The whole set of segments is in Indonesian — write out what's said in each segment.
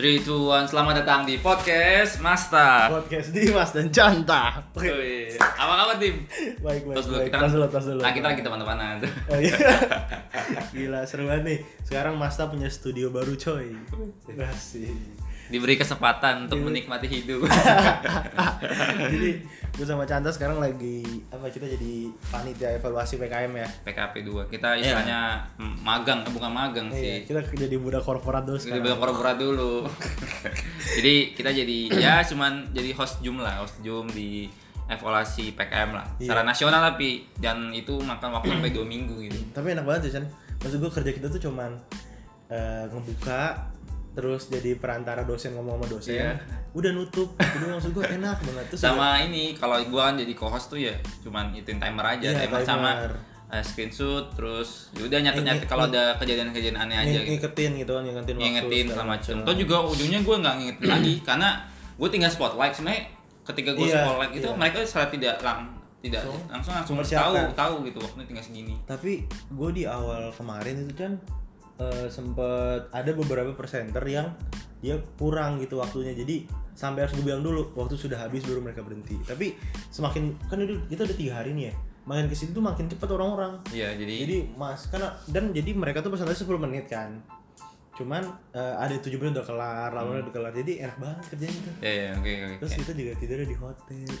3, 2, 1, selamat datang di podcast Masta podcast Dimas dan Canta. Oke, Wih, Apa kabar tim? baik baik. Terus dulu, baik. kita kan- Tas dulu, tas dulu. Nah kita lagi teman-temanan Oh, iya. Gila seru banget nih. Sekarang Masta punya studio baru coy. Masih. Diberi kesempatan untuk menikmati hidup jadi gue sama Canta sekarang lagi apa kita jadi panitia evaluasi PKM ya. PKP 2, kita istilahnya mm, magang, eh, bukan magang Iya, sih kita jadi budak korporat dulu Kita sekarang. bilang pura-pura dulu Jadi kita jadi ya cuman jadi host Zoom lah Host Zoom di evaluasi PKM lah Secara nasional tapi Dan itu makan waktu sampai 2 minggu gitu Tapi enak banget sih, Chan. Maksud gue kerja kita tuh cuman eh, ngebuka terus jadi perantara dosen ngomong sama dosen. Iya. Udah nutup. Jadi maksud gue enak banget terus sama ini kalau gua kan jadi co-host tuh ya cuman ituin timer aja Iya, timer, sama timer. eh, screenshot terus ya udah nyatet nyatet Ini- kalau ada kejadian-kejadian aneh aja Ng- gitu ngingetin gitu kan ngingetin waktu ngingetin segala sama macam. macam Toh juga ujungnya gua nggak ngingetin lagi karena gue tinggal spotlight sebenarnya ketika gue Iya, spotlight itu iya. mereka secara tidak lang tidak Langsung? langsung langsung tahu Mempersiapkan. tahu gitu waktunya tinggal segini tapi gue di awal kemarin itu kan eh, sempet ada beberapa presenter yang dia kurang gitu waktunya jadi sampai harus gue bilang dulu waktu sudah habis baru mereka berhenti tapi semakin kan itu kita udah tiga hari nih ya makin kesini tuh makin cepet orang-orang iya jadi, jadi mas karena dan jadi mereka tuh presentasi 10 menit kan cuman eh, ada tujuh menit udah kelar Hmm. lalu udah kelar jadi enak banget kerjanya tuh ya ya oke oke terus kita juga tidur di hotel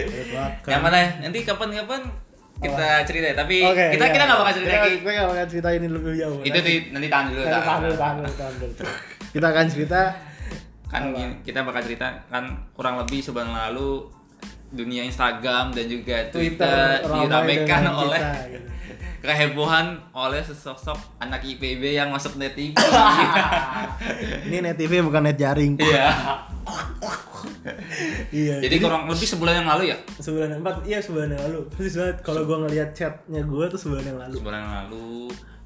Enak banget, kan? yang mana ya? nanti kapan-kapan kita cerita ya. tapi Oke, kita iya. kita nggak bakal cerita Kita- lagi Kita nggak bakal cerita ini lebih jauh. itu Nanti- di, nanti tahan dulu nanti tahan dulu, tahan dulu, tahan dulu. Kita akan cerita kan gini, kita bakal cerita kan kurang lebih sebulan lalu dunia Instagram dan juga Twitter, ramai diramaikan dengan oleh kita, gitu. kehebohan oleh sesosok anak IPB yang masuk net TV. Ini net TV bukan net jaring. Iya. iya. Jadi kurang lebih sebulan yang lalu ya? sebulan yang empat, iya sebulan yang lalu. Persis banget kalau gua ngelihat chatnya gua tuh sebulan yang lalu. Sebulan yang lalu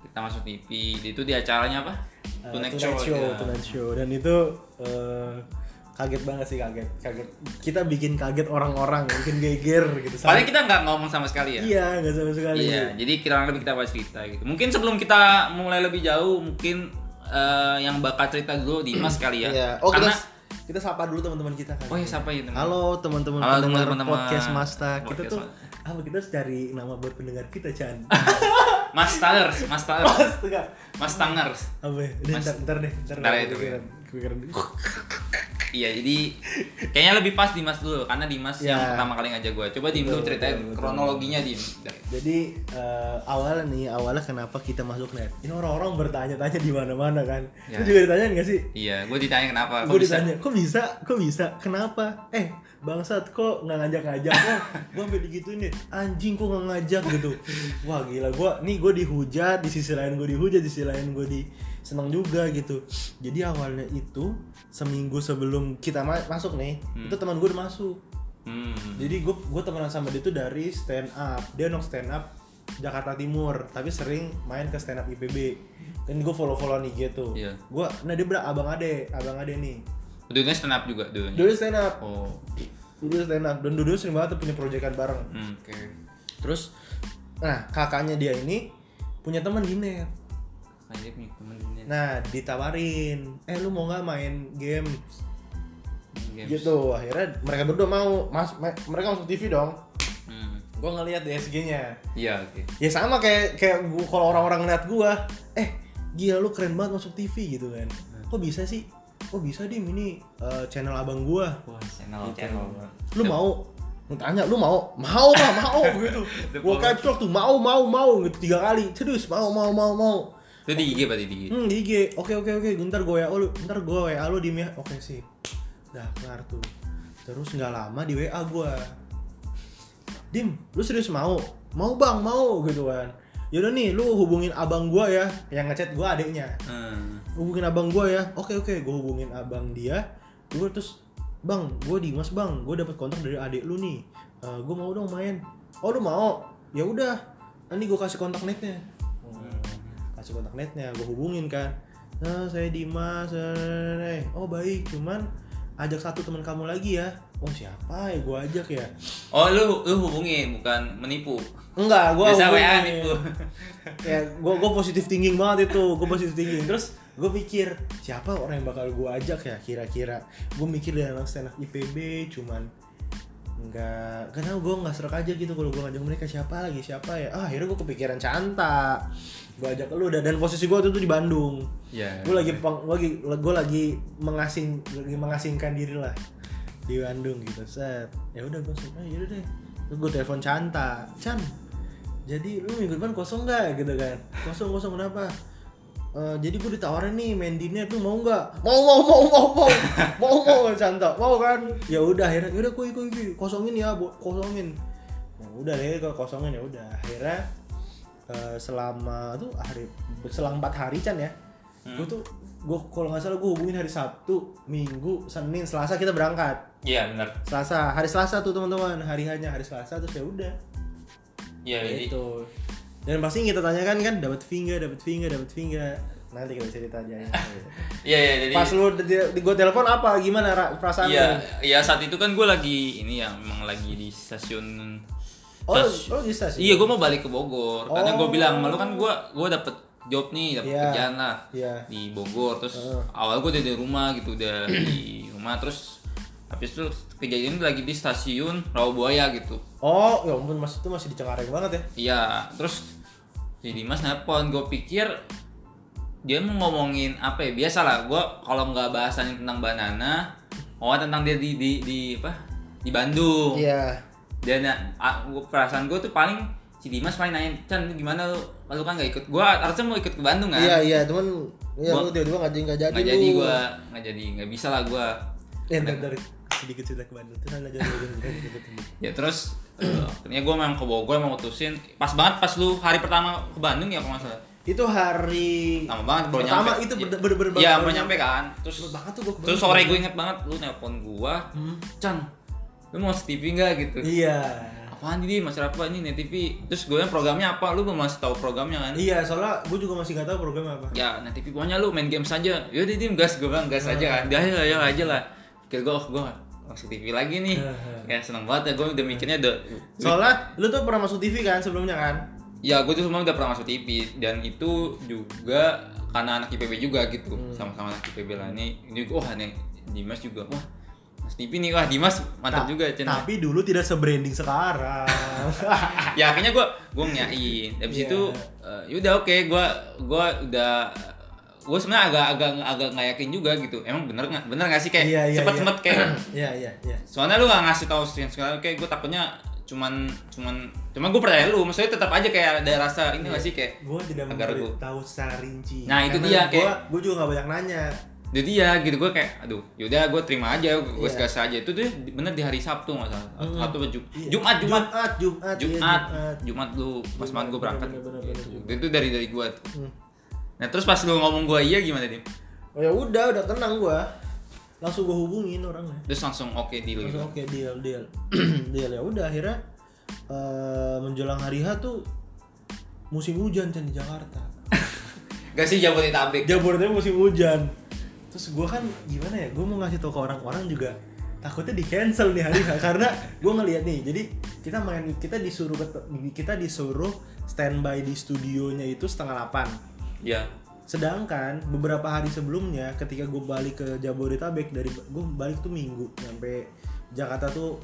kita masuk TV. Itu di acaranya apa? Eh, Tonight Tonight Show, ya. Tonight Show. dan itu eh, kaget banget sih kaget, kaget. Kita bikin kaget orang-orang, bikin geger gitu. Paling kita nggak ngomong sama sekali ya. Iya, nggak sama sekali. Iya, jadi kurang lebih kita bahas cerita gitu. Mungkin sebelum kita mulai lebih jauh, mungkin eh, yang bakal cerita dulu Dimas kali ya. Iya. Oh, Karena kita kita sapa dulu teman-teman kita kan. Oh iya, sapa ya, teman-teman? Halo teman-teman Halo, pendengar teman-teman. podcast Masta. Kita Podcast tuh apa kita harus cari nama buat pendengar kita, Chan. Mas Tangers, Mas Tangers, Astaga. Mas Tangers. Apa? ya? Udah, Mas- ntar, ntar deh, ntar, Ntar ya, itu, kepikiran. Kepikiran. Iya, jadi kayaknya lebih pas Dimas dulu karena Dimas yang Ya. pertama kali ngajak gue. Coba Dim dulu Betul, ceritain betul, betul. kronologinya Dim. Jadi eh, awalnya nih, awalnya kenapa kita masuk net? Ini orang-orang bertanya-tanya di mana-mana kan. Ya. Lu juga ditanya nggak sih? Iya, gue ditanya kenapa. kok gue bisa? ditanya kok bisa kok bisa kenapa eh bangsat kok nggak ngajak ngajak wah gue sampai digituin nih anjing kok nggak ngajak gitu wah gila gue nih gue dihujat di sisi lain gue dihujat di sisi lain gue di seneng juga gitu jadi awalnya itu seminggu sebelum kita ma- masuk nih itu teman gue udah masuk Hmm. jadi gue gue temenan sama dia tuh dari stand up dia anak stand up Jakarta Timur tapi sering main ke stand up IPB dan gue follow followan IG tuh Iya. gue nah dia bilang abang ade abang ade nih Dulunya stand up juga dulunya. Dulu stand up, Oh, dulu stand up dan dulu sering banget tuh punya proyekan bareng. hmm, oke. Terus nah kakaknya dia ini punya teman di net. Makanya dia punya temen di net Nah, ditawarin, "Eh, lu mau nggak main game?" games. Gitu. Akhirnya mereka berdua mau. Mas, ma- mereka masuk TV dong. Hmm. Gua ngeliat di SG-nya. Iya, oke. Ya sama kayak kayak gua kalau orang-orang ngeliat gua, "Eh, gila lu keren banget masuk TV" gitu kan. Kok bisa sih? Kok bisa Dim ini eh, channel abang gua? Wah, channel Gitu. channel. lu mau Lu tanya lu mau mau lah mau gitu The gua power. caps lock tuh mau mau mau gitu tiga kali serius mau mau mau mau Itu di IG berarti di IG. hmm di IG oke oke oke ntar gue ya lu ntar gue WA lu di ya oke sih dah kelar tuh terus nggak lama di WA gua Dim lu serius mau mau bang mau gitu kan yaudah nih lu hubungin abang gua ya yang ngechat gua adiknya Hmm. hubungin abang gua ya oke oke gua hubungin abang dia gue terus bang gue Dimas bang gue dapat kontak dari adik lu nih gue mau dong main oh lu mau ya udah nanti gue kasih kontak netnya kasih kontak netnya gue hubungin kan nah saya Dimas eh, eh. oh baik cuman ajak satu teman kamu lagi ya oh siapa ya gue ajak ya Oh, lu lu hubungin bukan menipu. enggak gue Biasa WA nipu. ya gue gue positif thinking banget itu gue positif thinking terus gue mikir siapa orang yang bakal gue ajak ya kira-kira gue mikir dari anak stand up IPB cuman nggak karena gue nggak serak aja gitu kalau gue ngajak mereka siapa lagi siapa ya ah, akhirnya gue kepikiran Canta gue ajak lu dan, dan posisi gue waktu itu di Bandung Iya. gue lagi peng, gua lagi gue lagi mengasing lagi mengasingkan diri lah di Bandung gitu set ya udah gue ah yaudah deh gue telepon Canta Chan jadi lu minggu depan kosong nggak gitu kan kosong kosong kenapa Eh, jadi gue ditawarin nih main dinner tuh mau nggak mau mau mau mau mau mau mau Canta mau kan ya udah akhirnya yaudah kuy kuy kuy kosongin ya Bu. kosongin Nah, udah deh kalau kosongin ya udah akhirnya eh, selama tuh hari selang empat hari Chan ya Hmm. gue tuh gue kalau nggak salah gue hubungin hari Sabtu Minggu Senin Selasa kita berangkat Iya benar. Selasa hari Selasa tuh teman-teman hari hanya hari Selasa terus ya udah Iya jadi itu dan pasti kita tanyakan kan dapat finger dapat finger dapat finger nanti kita cerita aja ya. iya iya jadi pas lu gue telepon apa gimana Ra, perasaan Iya, lu iya saat itu kan gue lagi ini ya memang lagi di stasiun oh lu- stas- lu di stasiun Iya, gue mau balik ke Bogor. Karena gue Oh. bilang, malu kan gue gue dapet job nih, dapet Iya. kerjaan lah Iya. di Bogor. Terus Heeh. awal gue dari rumah gitu, udah di rumah. Terus habis itu kejadian lagi di stasiun Rawabuaya gitu. oh ya ampun mas itu masih di Cengkareng banget ya Iya, terus si Dimas nelpon, gue pikir dia mau ngomongin apa ya biasa lah gue kalau nggak bahasannya tentang banana oh tentang dia di di, di apa di Bandung iya dan ya, a- gua- perasaan gue tuh paling si Dimas paling nanya Chan lu gimana lu lu kan gak ikut gue harusnya mau ikut ke Bandung kan iya iya cuman iya Gua- lu tiba-tiba nggak jadi nggak jadi nggak lu. jadi gue nggak jadi nggak bisa lah gue Eh, ntar, ntar. sedikit cerita ke Bandung. Terus lanjut lanjut, lanjut, lanjut, lanjut. ya terus eh, akhirnya gue memang ke Bogor mau mutusin pas banget pas lu hari pertama ke Bandung ya kalau nggak salah Itu hari pertama banget baru Pertama nyampe itu Iya. bener- bener- bener- iya baru baru nyampe. nyampe kan terus Bener banget tuh gua ke terus Bandung. sore gue inget banget lu nelpon gue Hmm. Chan lu mau masuk TV nggak gitu Iya. apaan ini mas apa ini net TV terus gue programnya apa lu belum masih tahu programnya kan Iya, soalnya gue juga masih nggak tahu program apa. ya nanti pokoknya lu main game saja yaudah tim gas gue bilang gas aja kan dia ya ya aja lah pikir gue oh gue masuk TV lagi nih Hmm. ya seneng banget ya gue udah mikirnya udah Iya. Soalnya lu tuh pernah masuk TV kan sebelumnya kan? ya gue tuh semua udah pernah masuk TV dan itu juga karena anak IPB juga gitu Hmm. sama-sama anak IPB lah ini ini wah aneh Dimas juga wah Mas TV nih wah Dimas mantap Ta- juga ya, Cen. Tapi dulu tidak sebranding sekarang. ya akhirnya gue gue nyain habis Iya. itu eh, yaudah oke gue gue udah gue sebenarnya agak agak agak nggak yakin juga gitu emang bener nggak bener nggak sih kayak Iya, iya, sempet iya. sempet kayak Iya, iya, iya. soalnya lu nggak ngasih tahu sih soalnya kayak gue takutnya cuman cuman cuman gue percaya lu maksudnya tetap aja kayak ada rasa ini Iya. nggak sih kayak Gue tidak Agak ragu. tahu secara rinci. Nah, itu dia, Gue kayak- gue juga nggak banyak nanya. jadi ya gitu gue kayak aduh yaudah gue terima aja gue Iya. gas aja itu tuh di- bener di hari Sabtu nggak salah Mm. Sabtu apa Jum- Iya. Jumat Jumat Jumat, Jumat, iya, Jumat Jumat lu pas Jumat, banget gue berangkat bener, bener, bener, Gitu. Jumat. itu dari dari gue Hmm. nah terus pas lu ngomong gue iya gimana dim Oh ya udah, udah tenang gue. Langsung gue hubungin orangnya. terus langsung oke gitu. di lu Langsung oke deal deal deal ya udah akhirnya eh, menjelang hari H tuh musim hujan Chan, di Jakarta. gak sih jabodetabek Jabodetabek musim hujan. Terus gue kan gimana ya? Gue mau ngasih tau ke orang-orang juga takutnya di cancel nih hari H karena gue ngeliat nih. Jadi kita main kita disuruh ket- kita disuruh standby di studionya itu setengah 8 ya Sedangkan beberapa hari sebelumnya ketika gue balik ke Jabodetabek dari gue balik tuh minggu nyampe Jakarta tuh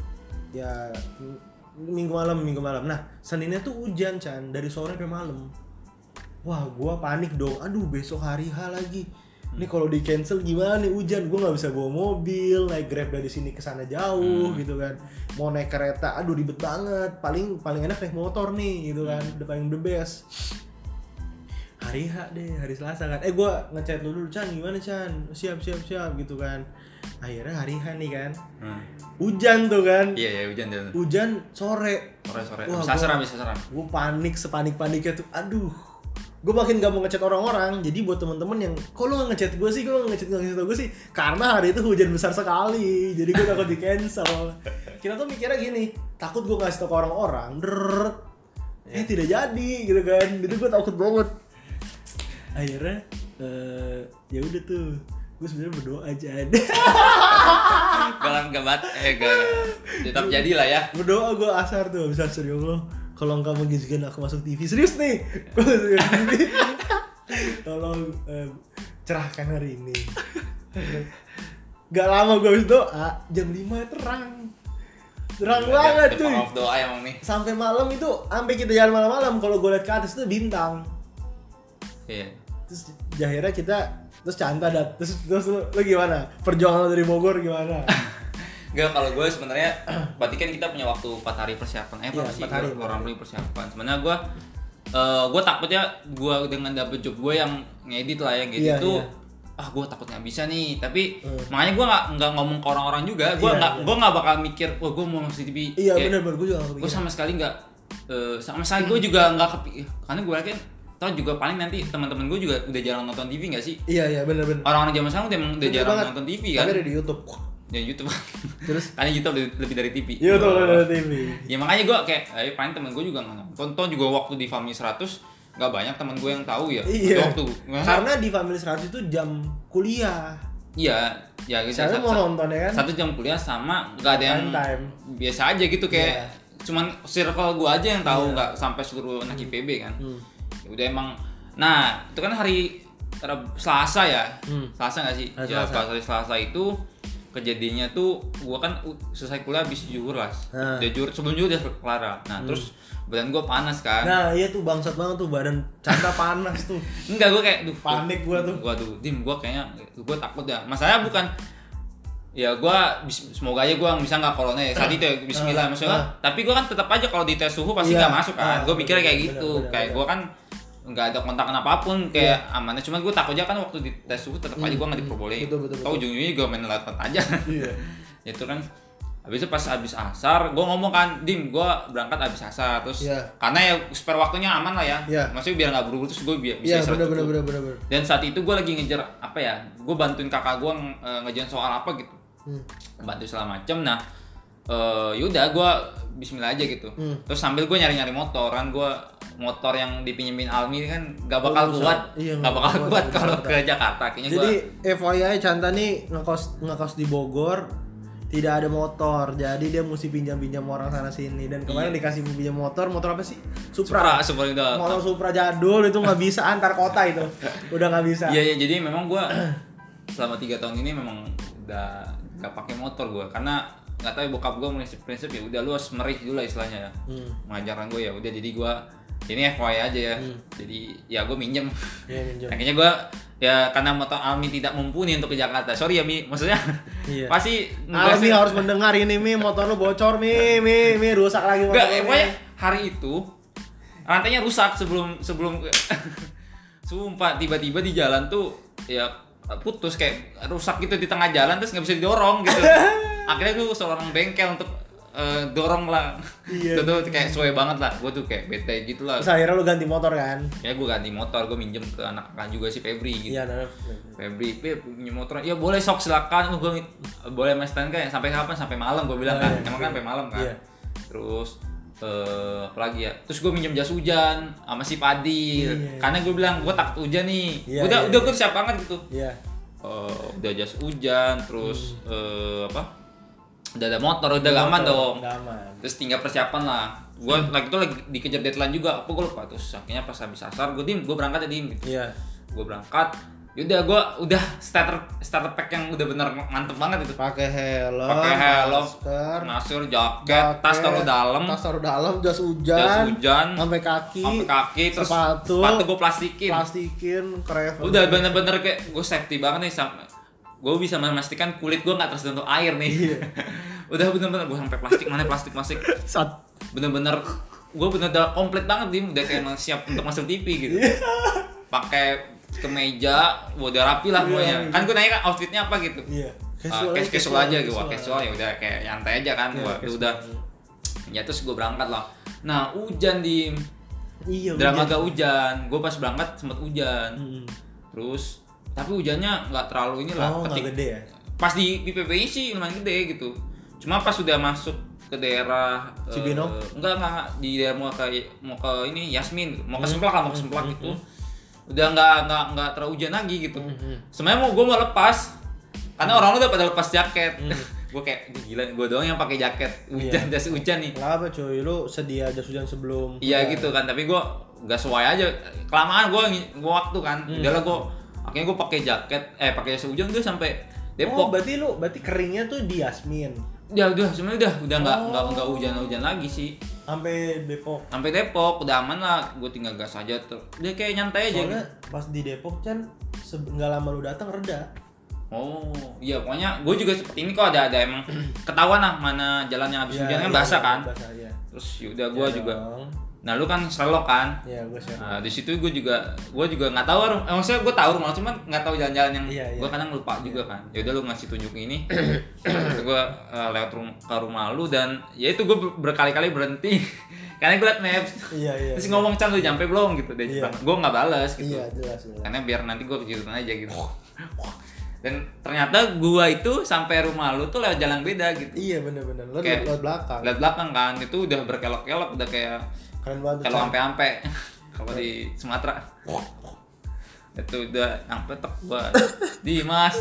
ya m- minggu malam minggu malam. Nah Seninnya tuh hujan Chan dari sore sampai malam. Wah gue panik dong. Aduh besok hari H lagi. Ini kalau di cancel gimana nih hujan? Gue nggak bisa bawa mobil, naik grab dari sini ke sana jauh Hmm. gitu kan. Mau naik kereta, aduh ribet banget. Paling paling enak naik motor nih gitu kan. Udah paling the best hari H deh hari Selasa kan eh gue ngechat lu dulu Chan gimana Chan siap siap siap gitu kan akhirnya hari H nih kan Hmm. hujan tuh kan iya ya hujan dan hujan sore sore sore Wah, bisa seram bisa seram gue panik sepanik paniknya tuh aduh gue makin gak mau ngechat orang-orang jadi buat temen-temen yang kok lu gak ngechat gue sih kok lu gak ngechat gak ngechat gue sih karena hari itu hujan besar sekali jadi gue takut di cancel kita tuh mikirnya gini takut gue ngasih tau ke orang-orang deret eh tidak jadi gitu kan itu gue takut banget akhirnya eh ya udah tuh gue sebenarnya berdoa aja galang gabat eh gak tetap jadi lah ya berdoa gue asar tuh bisa asar ya Allah kalau engkau mengizinkan aku masuk TV serius nih Gua masuk TV tolong eh, cerahkan hari ini gak lama gue habis doa jam 5 terang terang Iya, banget The cuy power of doa ya, emang nih. sampai malam itu sampai kita jalan malam-malam kalau gue liat ke atas itu bintang Iya. terus di akhirnya kita terus canta dat terus terus lu, lu gimana perjuangan lu dari Bogor gimana Gak kalau gue sebenarnya berarti kan kita punya waktu 4 hari persiapan. Eh, Iya, berapa sih? empat hari, Gua- empat orang hari persiapan. Sebenarnya gue eh gue takutnya gue dengan dapet job gue yang ngedit lah ya gitu Iya, tuh iya. ah gue takut nggak bisa nih tapi Hmm. makanya gue nggak nggak ngomong ke orang-orang juga gue Iya, nggak iya. gue nggak bakal mikir wah gue mau masuk TV iya Kayak, bener Hmm. bener gue juga gak gue kepikiran sama sekali nggak eh, sama sekali gue juga nggak kepi karena gue yakin tau juga paling nanti teman-teman gue juga udah jarang nonton TV nggak sih iya iya bener bener orang-orang zaman sekarang udah emang udah Bener jarang banget. nonton TV kan tapi ada di YouTube ya YouTube terus karena YouTube lebih, lebih dari TV YouTube Iya, ada di TV ya makanya gue kayak eh, paling temen gue juga nggak nonton Toh juga waktu di Family 100 nggak banyak temen gue yang tahu ya Iya. waktu masa- karena di Family 100 itu jam kuliah iya ya gitu saya mau satu, nonton ya kan satu jam kuliah sama nggak ada yang Prime time biasa aja gitu kayak Iya. cuman circle gue aja yang Iya. tahu nggak sampai seluruh anak IPB kan Hmm. Ya udah emang nah itu kan hari Rab- Selasa ya Hmm. Selasa nggak sih Hari ya Selasa. pas hari Selasa itu kejadiannya tuh gua kan u- selesai kuliah habis zuhur lah Ah. udah zuhur sebelum zuhur udah kelar lah. nah Hmm. terus badan gua panas kan nah iya tuh bangsat banget tuh badan canta panas tuh enggak gua kayak duh Panik gua tuh. gua tuh dim gua kayaknya gua takut ya masalahnya bukan ya gua bis- semoga aja gua bisa nggak corona ya saat itu ya Bismillah Ah, maksudnya ah. tapi gua kan tetap aja kalau dites suhu pasti Iya, nggak masuk kan ah, gua pikirnya kayak bener, gitu bener, kayak bener. Iya. gua kan nggak ada kontak apapun kayak amannya cuman gua takut aja kan waktu dites suhu tetap aja gua nggak diperbolehin Hmm, betul, betul, tau ujung-ujungnya gua main laptop aja iya itu kan habis itu pas habis asar gue ngomong kan dim gue berangkat habis asar terus Iya. karena ya spare waktunya aman lah ya Iya. maksudnya biar nggak buru terus gue bi- bisa iya istirahat bener bener dulu. bener bener bener. dan saat itu gue lagi ngejar apa ya gue bantuin kakak gue ngejar soal apa gitu Hmm. bantu segala macem nah eh, yaudah gue Bismillah aja gitu Hmm. terus sambil gue nyari-nyari motor kan gue motor yang dipinjemin Almi kan gak bakal Oh, bisa. kuat Iya, gak bakal kuat di kalau Jakarta. ke Jakarta kayaknya gue Jadi FYI Canta nih ngekos ngekos di Bogor tidak ada motor jadi dia mesti pinjam pinjam orang sana sini dan kemarin dikasih pinjam motor motor apa sih Supra, Iya. Supra gitu. Supra udah motor Supra jadul itu nggak bisa antar kota itu udah nggak bisa Iya iya jadi memang gua selama tiga tahun ini memang udah gak pakai motor gua karena nggak tahu ya, bokap gua prinsip prinsip ya udah lu harus merih dulu lah istilahnya ya. Hmm. Mengajarkan gua ya udah jadi gua ini FYI aja ya. Jadi ya gua minjem. Hmm. Iya, pinjam. Akhirnya gua ya karena motor Almi tidak mumpuni untuk ke Jakarta. Sorry ya Mi, maksudnya Iya. pasti Almi harus mendengar ini mi motor lu bocor mi mi mi rusak lagi motor Enggak, lu, Mi. pokoknya hari itu rantainya rusak sebelum sebelum sumpah tiba-tiba di jalan tuh ya putus kayak rusak gitu di tengah jalan terus nggak bisa didorong gitu. Akhirnya gue seorang bengkel untuk eh, dorong lah. Iya. Itu tuh kayak sesuai banget lah. Gue tuh kayak bete gitu lah. Terus akhirnya lu ganti motor kan Ya gue ganti motor, gue minjem ke anak kakak juga si Febri gitu. iya nah, nah. Febri, Pip, punya motor. Ya boleh sok silakan. Oh, gue boleh mas Tan kan? Sampai kapan? Sampai malam gue bilang Oh, kan. iya. Emang kan sampai malam kan. Iya. Terus eh apa lagi ya? Terus gue minjem jas hujan sama si Padi. Iya. Karena gue bilang gue takut hujan nih. Iya, udah iya, udah iya. gue siap banget gitu. iya Eh, udah jas hujan, terus eh, apa? Udah ada motor, udah aman dong. Hmm. Udah aman Terus tinggal persiapan lah. Gue lagi itu lagi dikejar deadline juga. Apa gue lupa terus akhirnya pas habis asar gue dim, gue berangkat ya dim iya gue berangkat yaudah gue udah starter starter pack yang udah bener mantep banget itu pakai helm pakai helm Ah, masker masker jaket tas taruh dalam tas taruh dalam jas hujan jas hujan sampai kaki sampai kaki terus sepatu, sepatu gue plastikin plastikin krevel udah bener-bener kayak gue safety banget nih sama gue bisa memastikan kulit gue nggak tersentuh air nih Iya. udah bener-bener gue sampai plastik mana plastik plastik Sat. bener-bener gue bener udah komplit banget dim udah kayak emang siap untuk masuk TV gitu Iya. pakai kemeja udah rapi lah pokoknya kan gue nanya kan outfitnya apa gitu iya casual, aja, casual, aja gitu wah casual. casual ya udah kayak nyantai aja kan Iya, gua casual. udah ya terus gue berangkat lah nah hujan di iya drama hujan. Hmm. gak hujan gue pas berangkat sempet hujan Mm-mm. terus tapi hujannya nggak terlalu ini lah oh nggak petik gede ya pas di PPBI sih lumayan gede gitu cuma pas sudah masuk ke daerah eh, Cibinong? enggak enggak enggak. di daerah mau ke mau ke ini Yasmin gitu. mau ke Semplak lah mau ke Semplak gitu udah nggak nggak nggak terlalu hujan lagi gitu Hmm, sebenarnya mau gue mau lepas karena orang udah pada lepas jaket gue kayak "Duh, gila gue doang yang pakai jaket hujan jas hujan nih gitu kenapa cuy lu sedia jas hujan sebelum Iya gitu kan, tapi gue gak sesuai aja. Kelamaan gue gue waktu kan, udahlah gue Akhirnya gue pakai jaket, eh pakai jas hujan gue sampai Oh, Depok. berarti lu berarti keringnya tuh di Yasmin. Ya udah, sebenarnya udah udah nggak nggak Oh. nggak hujan-hujan lagi sih. Sampai Depok. Sampai Depok udah aman lah, gue tinggal gas aja tuh. Dia kayak nyantai aja. Soalnya gitu. pas di Depok kan se- nggak lama lu datang reda. Oh, iya pokoknya gue juga seperti ini kok ada ada emang ketahuan lah mana jalan yang habis Ya, hujan kan iya, basah kan. Basah ya. Terus yaudah gue Ya juga. dong. Nah lu kan selok kan. Ya gue share. Nah, di situ gue juga gue juga nggak tahu rumah. Eh, maksudnya gue tahu rumah cuman nggak tahu jalan-jalan yang Iya, iya. gue kadang lupa juga kan. Ya udah lu ngasih tunjuk ini. Terus gue eh, lewat rum- ke rumah lu dan ya itu gue berkali-kali berhenti karena gue liat maps. Iya iya. Terus iya. ngomong Chan lu nyampe belum gitu deh. Iya. Gue nggak balas gitu. Iya jelas jelas. Karena biar nanti gue kejutan aja gitu. Dan ternyata gua itu sampai rumah lu tuh lewat jalan beda gitu. Iya bener-bener. Lo Kayak- lewat belakang. Lihat belakang kan itu udah berkelok-kelok udah kayak Keren banget. kalau Chan. ampe-ampe kalau di Iya. Sumatera itu udah ampe tek gua Dimas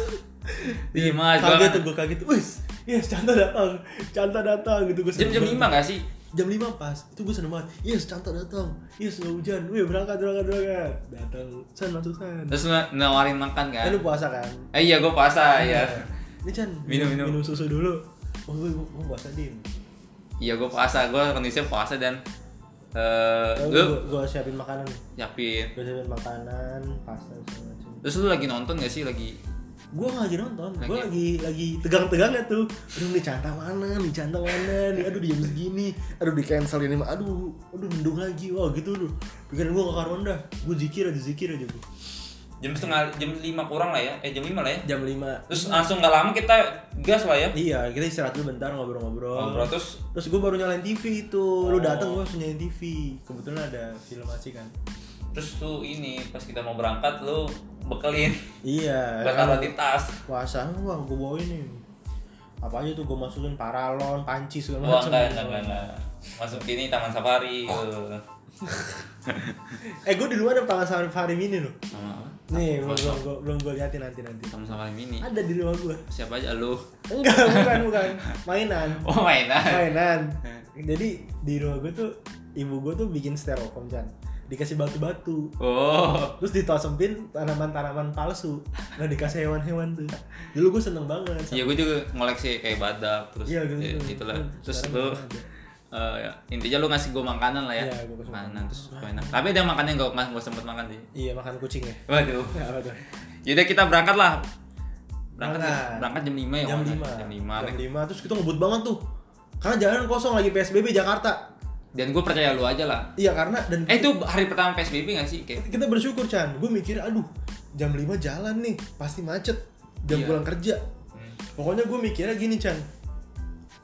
Dimas gua kaget tuh gue kaget tuh. Wis, yes Canta datang, Canta datang gitu gue. jam jam lima gak sih Jam lima pas. Itu gue seneng banget. Yes Canta datang. Yes nggak hujan. Wih berangkat berangkat berangkat. Datang. San masuk San. terus na- nawarin makan kan Eh lu puasa kan? eh iya gua puasa ya Ini Chan Minum, minum. minum susu dulu. Oh gue gue puasa din. iya gua puasa gua kondisinya puasa dan eh lu Gue gue siapin makanan. nyiapin Gue siapin makanan, pasta segala macam. terus lu lagi nonton gak sih lagi gue lagi nonton gue Lagi- lagi lagi tegang-tegangnya tuh aduh nih canta mana nih canta mana nih aduh di jam segini aduh di cancel ini mah aduh aduh mendung lagi wah gitu tuh pikiran gue ke karuan dah gue zikir aja zikir aja gue jam setengah jam lima kurang lah ya eh jam lima lah ya jam 5 terus langsung gak lama kita gas lah ya iya kita istirahat dulu bentar ngobrol-ngobrol ngobrol terus Oh. terus gue baru nyalain TV itu lu datang gue langsung nyalain TV kebetulan ada film asik kan terus tuh ini pas kita mau berangkat lu bekelin iya buat taruh di tas puasa wah gue bawain nih apa aja tuh gue masukin paralon panci segala Wah macam enggak, enggak, enggak, enggak. Masuk ini taman safari. gitu. eh gue di luar ada tangan safari mini loh Taman apa? Nih, belum belum gua, belum gua liatin nanti nanti. Taman safari mini. Ada di rumah gua. Siapa aja lu? Enggak, bukan bukan. Mainan. Oh mainan. Mainan. Jadi di rumah gua tuh ibu gua tuh bikin styrofoam kan. Dikasih batu-batu. Oh. Terus ditosempin tanaman-tanaman palsu. Nah, dikasih hewan-hewan tuh. Dulu gua seneng banget. sama- Iya gue juga ngoleksi kayak badak terus Iya, gitu. eh, itulah. Terus lu Sekarang ada. eh, ya, intinya lu ngasih gue makanan lah ya. Iya, gua kasih makanan terus gua enak. Tapi ada makanan yang gak gue sempet makan sih. Iya, makan kucing ya. Waduh. Ya, apa tuh? Yaudah kita berangkat lah. Berangkat, Berangkat. berangkat jam 5 ya. Jam pokoknya. 5. Jam 5. Jam 5 terus kita ngebut banget tuh. Karena jalan kosong lagi PSBB Jakarta. Dan gue percaya lu aja lah. Iya, karena dan Eh itu hari pertama PSBB gak sih? Kayak kita bersyukur Chan gue mikir aduh jam 5 jalan nih pasti macet jam Iya. pulang kerja Hmm. pokoknya gue mikirnya gini Chan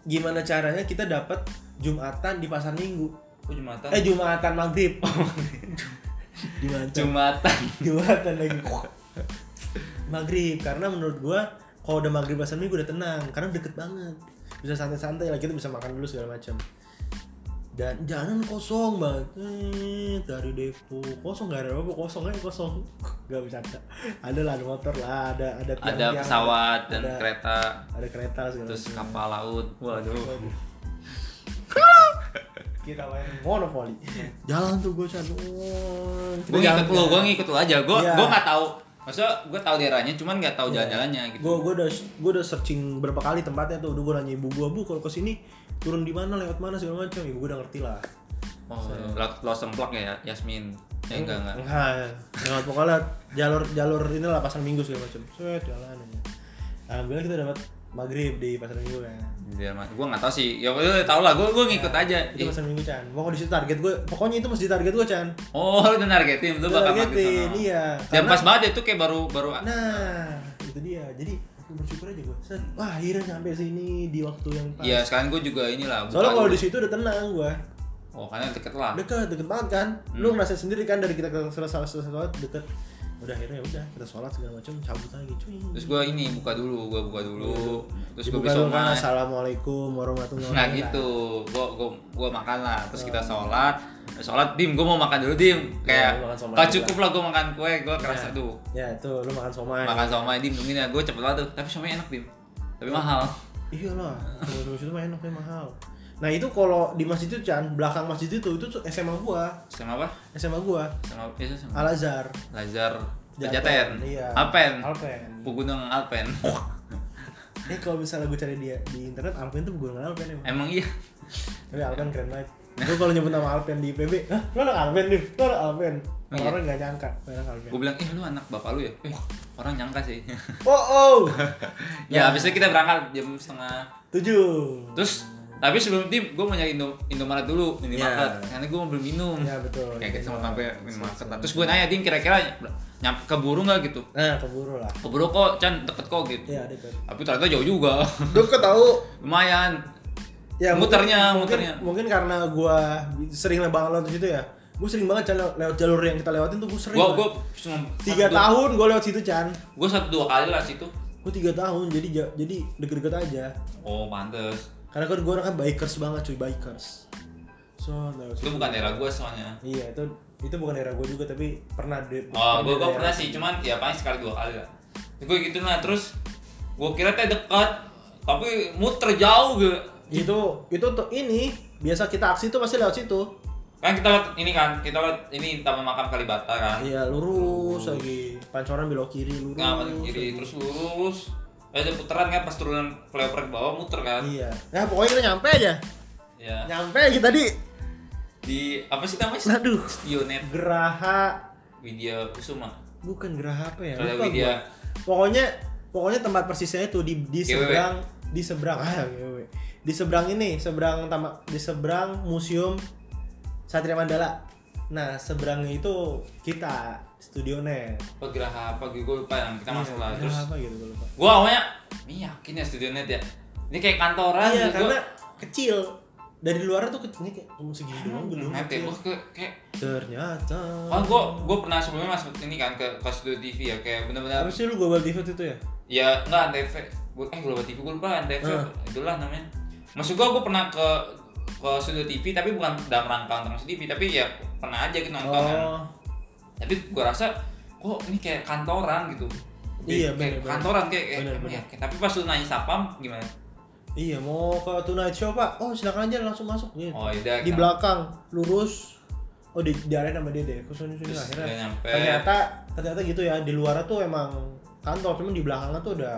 gimana caranya kita dapat jumatan di pasar minggu oh, Jumatan. eh jumatan maghrib jumatan Oh, Jumatan. jumatan lagi maghrib karena menurut gue kalau udah maghrib pasar minggu udah tenang karena deket banget bisa santai-santai lah kita bisa makan dulu segala macam dan jalanan kosong banget Eh, dari depo kosong gak ada apa kosong aja kosong gak bisa ada ada lah ada motor lah ada ada ada tiang-tiang, pesawat dan ada- kereta ada kereta segala terus macam. kapal laut waduh kita main monopoli jalan tuh gue cari gue ngikut lo gue ngikut lo aja gue Iya. gue nggak tahu maksudnya gue tahu daerahnya cuman nggak tahu jalan-jalannya gitu gue gue udah gue udah searching berapa kali tempatnya tuh udah gue nanya ibu gue bu kalau kesini turun di mana lewat mana segala macam ibu gue udah ngerti lah oh, lo, lo semplak ya Yasmin ya enggak enggak Nah, nah, pokoknya jalur jalur inilah pasar minggu segala macam set jalan aja alhamdulillah kita dapat maghrib di pasar minggu kan Di daerah- gue nggak tahu sih ya lo tau lah gue gue ngikut aja Ya, itu Ih. pasar minggu Chan pokoknya di situ target gue pokoknya itu masih target gue Chan oh lo udah nargetin lo bakal makin targetin sono iya dan Karena- pas banget ya, itu kayak baru baru nah itu dia jadi bersyukur aja gue set wah akhirnya sampai sini di waktu yang pas ya sekarang gue juga inilah buka soalnya kalau dulu. di situ udah tenang gue oh karena deket lah deket deket banget kan Hmm. lu ngerasa sendiri kan dari kita ke salah salah salah salat deket udah akhirnya ya udah kita sholat segala macam cabut lagi cuy terus gue ini buka dulu gue buka dulu terus gue Dibuka bisa dulu kan, main assalamualaikum warahmatullahi Nah wabarakatuh gitu, gua, gua, gua makan lah, terus Oh. kita sholat Sholat, Dim, gua mau makan dulu Dim Kayak, lu Iya, makan somai gak dulu cukup lah gua makan kue, gua kerasa tuh ya itu lu makan somai Makan somai, Dim, mungkin ya, gua cepet banget tuh Tapi somai enak, Dim Tapi mahal iya lah kalau di masjid itu mah enak mah mahal nah itu kalau di masjid itu Chan belakang masjid itu itu tuh SMA gua Sama apa? SMA gua Sama, ya, sama Al Azhar Lazar Pejaten. Iya. Alpen. Alpen. Pegunungan Alpen. Eh kalau misalnya gue cari dia di internet Alpen tuh pegunungan Alpen emang. Emang iya. Tapi Alpen keren banget. Gue kalau nyebut nama Alpen di IPB, hah? Lu anak Alpen, Div? Lu anak Oh, iya. Alpen? Orang-orang nggak nyangka, lu anak Alpen. Gue bilang, "Ih, lu anak bapak lu ya?" Eh, orang nyangka sih. Oh, oh! ya, habis itu kita berangkat jam setengah Tujuh! Terus tapi sebelum tim gue mau nyari Indo Indomaret dulu minimarket Iya. karena gue mau beli minum. Ya, betul. Kayak gitu sama sampai minimarket. Sama- Terus gue nanya Din kira-kira nyampe keburu nggak gitu? Nah, keburu lah. Keburu kok, Chan deket kok gitu. Iya, deket. Tapi ternyata jauh juga. Gue kok tahu Lumayan. Muternya, Ya, mungkin, muternya. Mungkin karena gue sering banget lewat situ ya. Gue sering banget Chan, lew- lewat jalur yang kita lewatin tuh gue sering. Gue banget. gue cuma tiga satu- tahun gue lewat situ Chan. Gue satu dua kali lah situ. Gue tiga tahun jadi ja- jadi deket-deket aja. Oh pantes. Karena kan gue orang kan bikers banget cuy bikers. So lewat Itu situ. bukan daerah gue soalnya. Iya itu itu bukan daerah gue juga tapi pernah di. Oh, di gue gue daerah- pernah sih, cuman ya paling sekali dua kali lah. Gue gitu lah, terus gue kira teh dekat, tapi muter jauh gitu. Itu itu tuh ini biasa kita aksi tuh pasti lewat situ. kan kita lihat ini kan kita lihat ini taman makam Kalibata kan Iya lurus lagi pancoran belok kiri lurus. nggak paling kiri lagi. terus lurus eh, ada putaran kan pas turunan flyover ke bawah muter kan Iya. Nah pokoknya kita nyampe aja. ya Nyampe aja tadi. di apa sih namanya Aduh. Stionet Geraha Widya Kusuma bukan Geraha apa ya? Kalau Lupa Widya- gua. Pokoknya pokoknya tempat persisnya itu di di GWW. seberang di seberang ah GWW. Di seberang ini, seberang tama, di seberang Museum Satria Mandala. Nah, seberangnya itu kita studio net. apa geraha apa gitu gue lupa yang kita masuk lah Iya, terus apa gitu gua lupa. gue awalnya ini yakin ya Stionet ya ini kayak kantoran Iya, gitu. karena kecil. Dari luar tuh kecilnya kayak oh, segini doang belum. Net ya, gue kayak, kayak Ternyata. oh gue gue pernah sebelumnya masuk ini kan ke ke studio TV ya kayak bener-bener Apa sih lu global TV itu ya? ya enggak antv Gua- eh global tv gue lupa antv Hmm. itulah namanya maksud gua gue pernah ke ke studio tv tapi bukan dalam rangka nonton tv tapi ya pernah aja gitu nonton kan. Oh. tapi gua rasa kok ini kayak kantoran gitu Iya, kayak bener-bener. kantoran kayak, kayak Bener, apa bener. ya? tapi pas lu nanya sapam gimana Iya mau ke Tonight Show pak? Oh silakan aja langsung masuk gitu. oh iya di belakang lurus. Oh di di area nama dede. Kesini sini terus akhirnya. udah nyampe Ternyata ternyata gitu ya di luar tuh emang kantor cuman di belakangnya tuh udah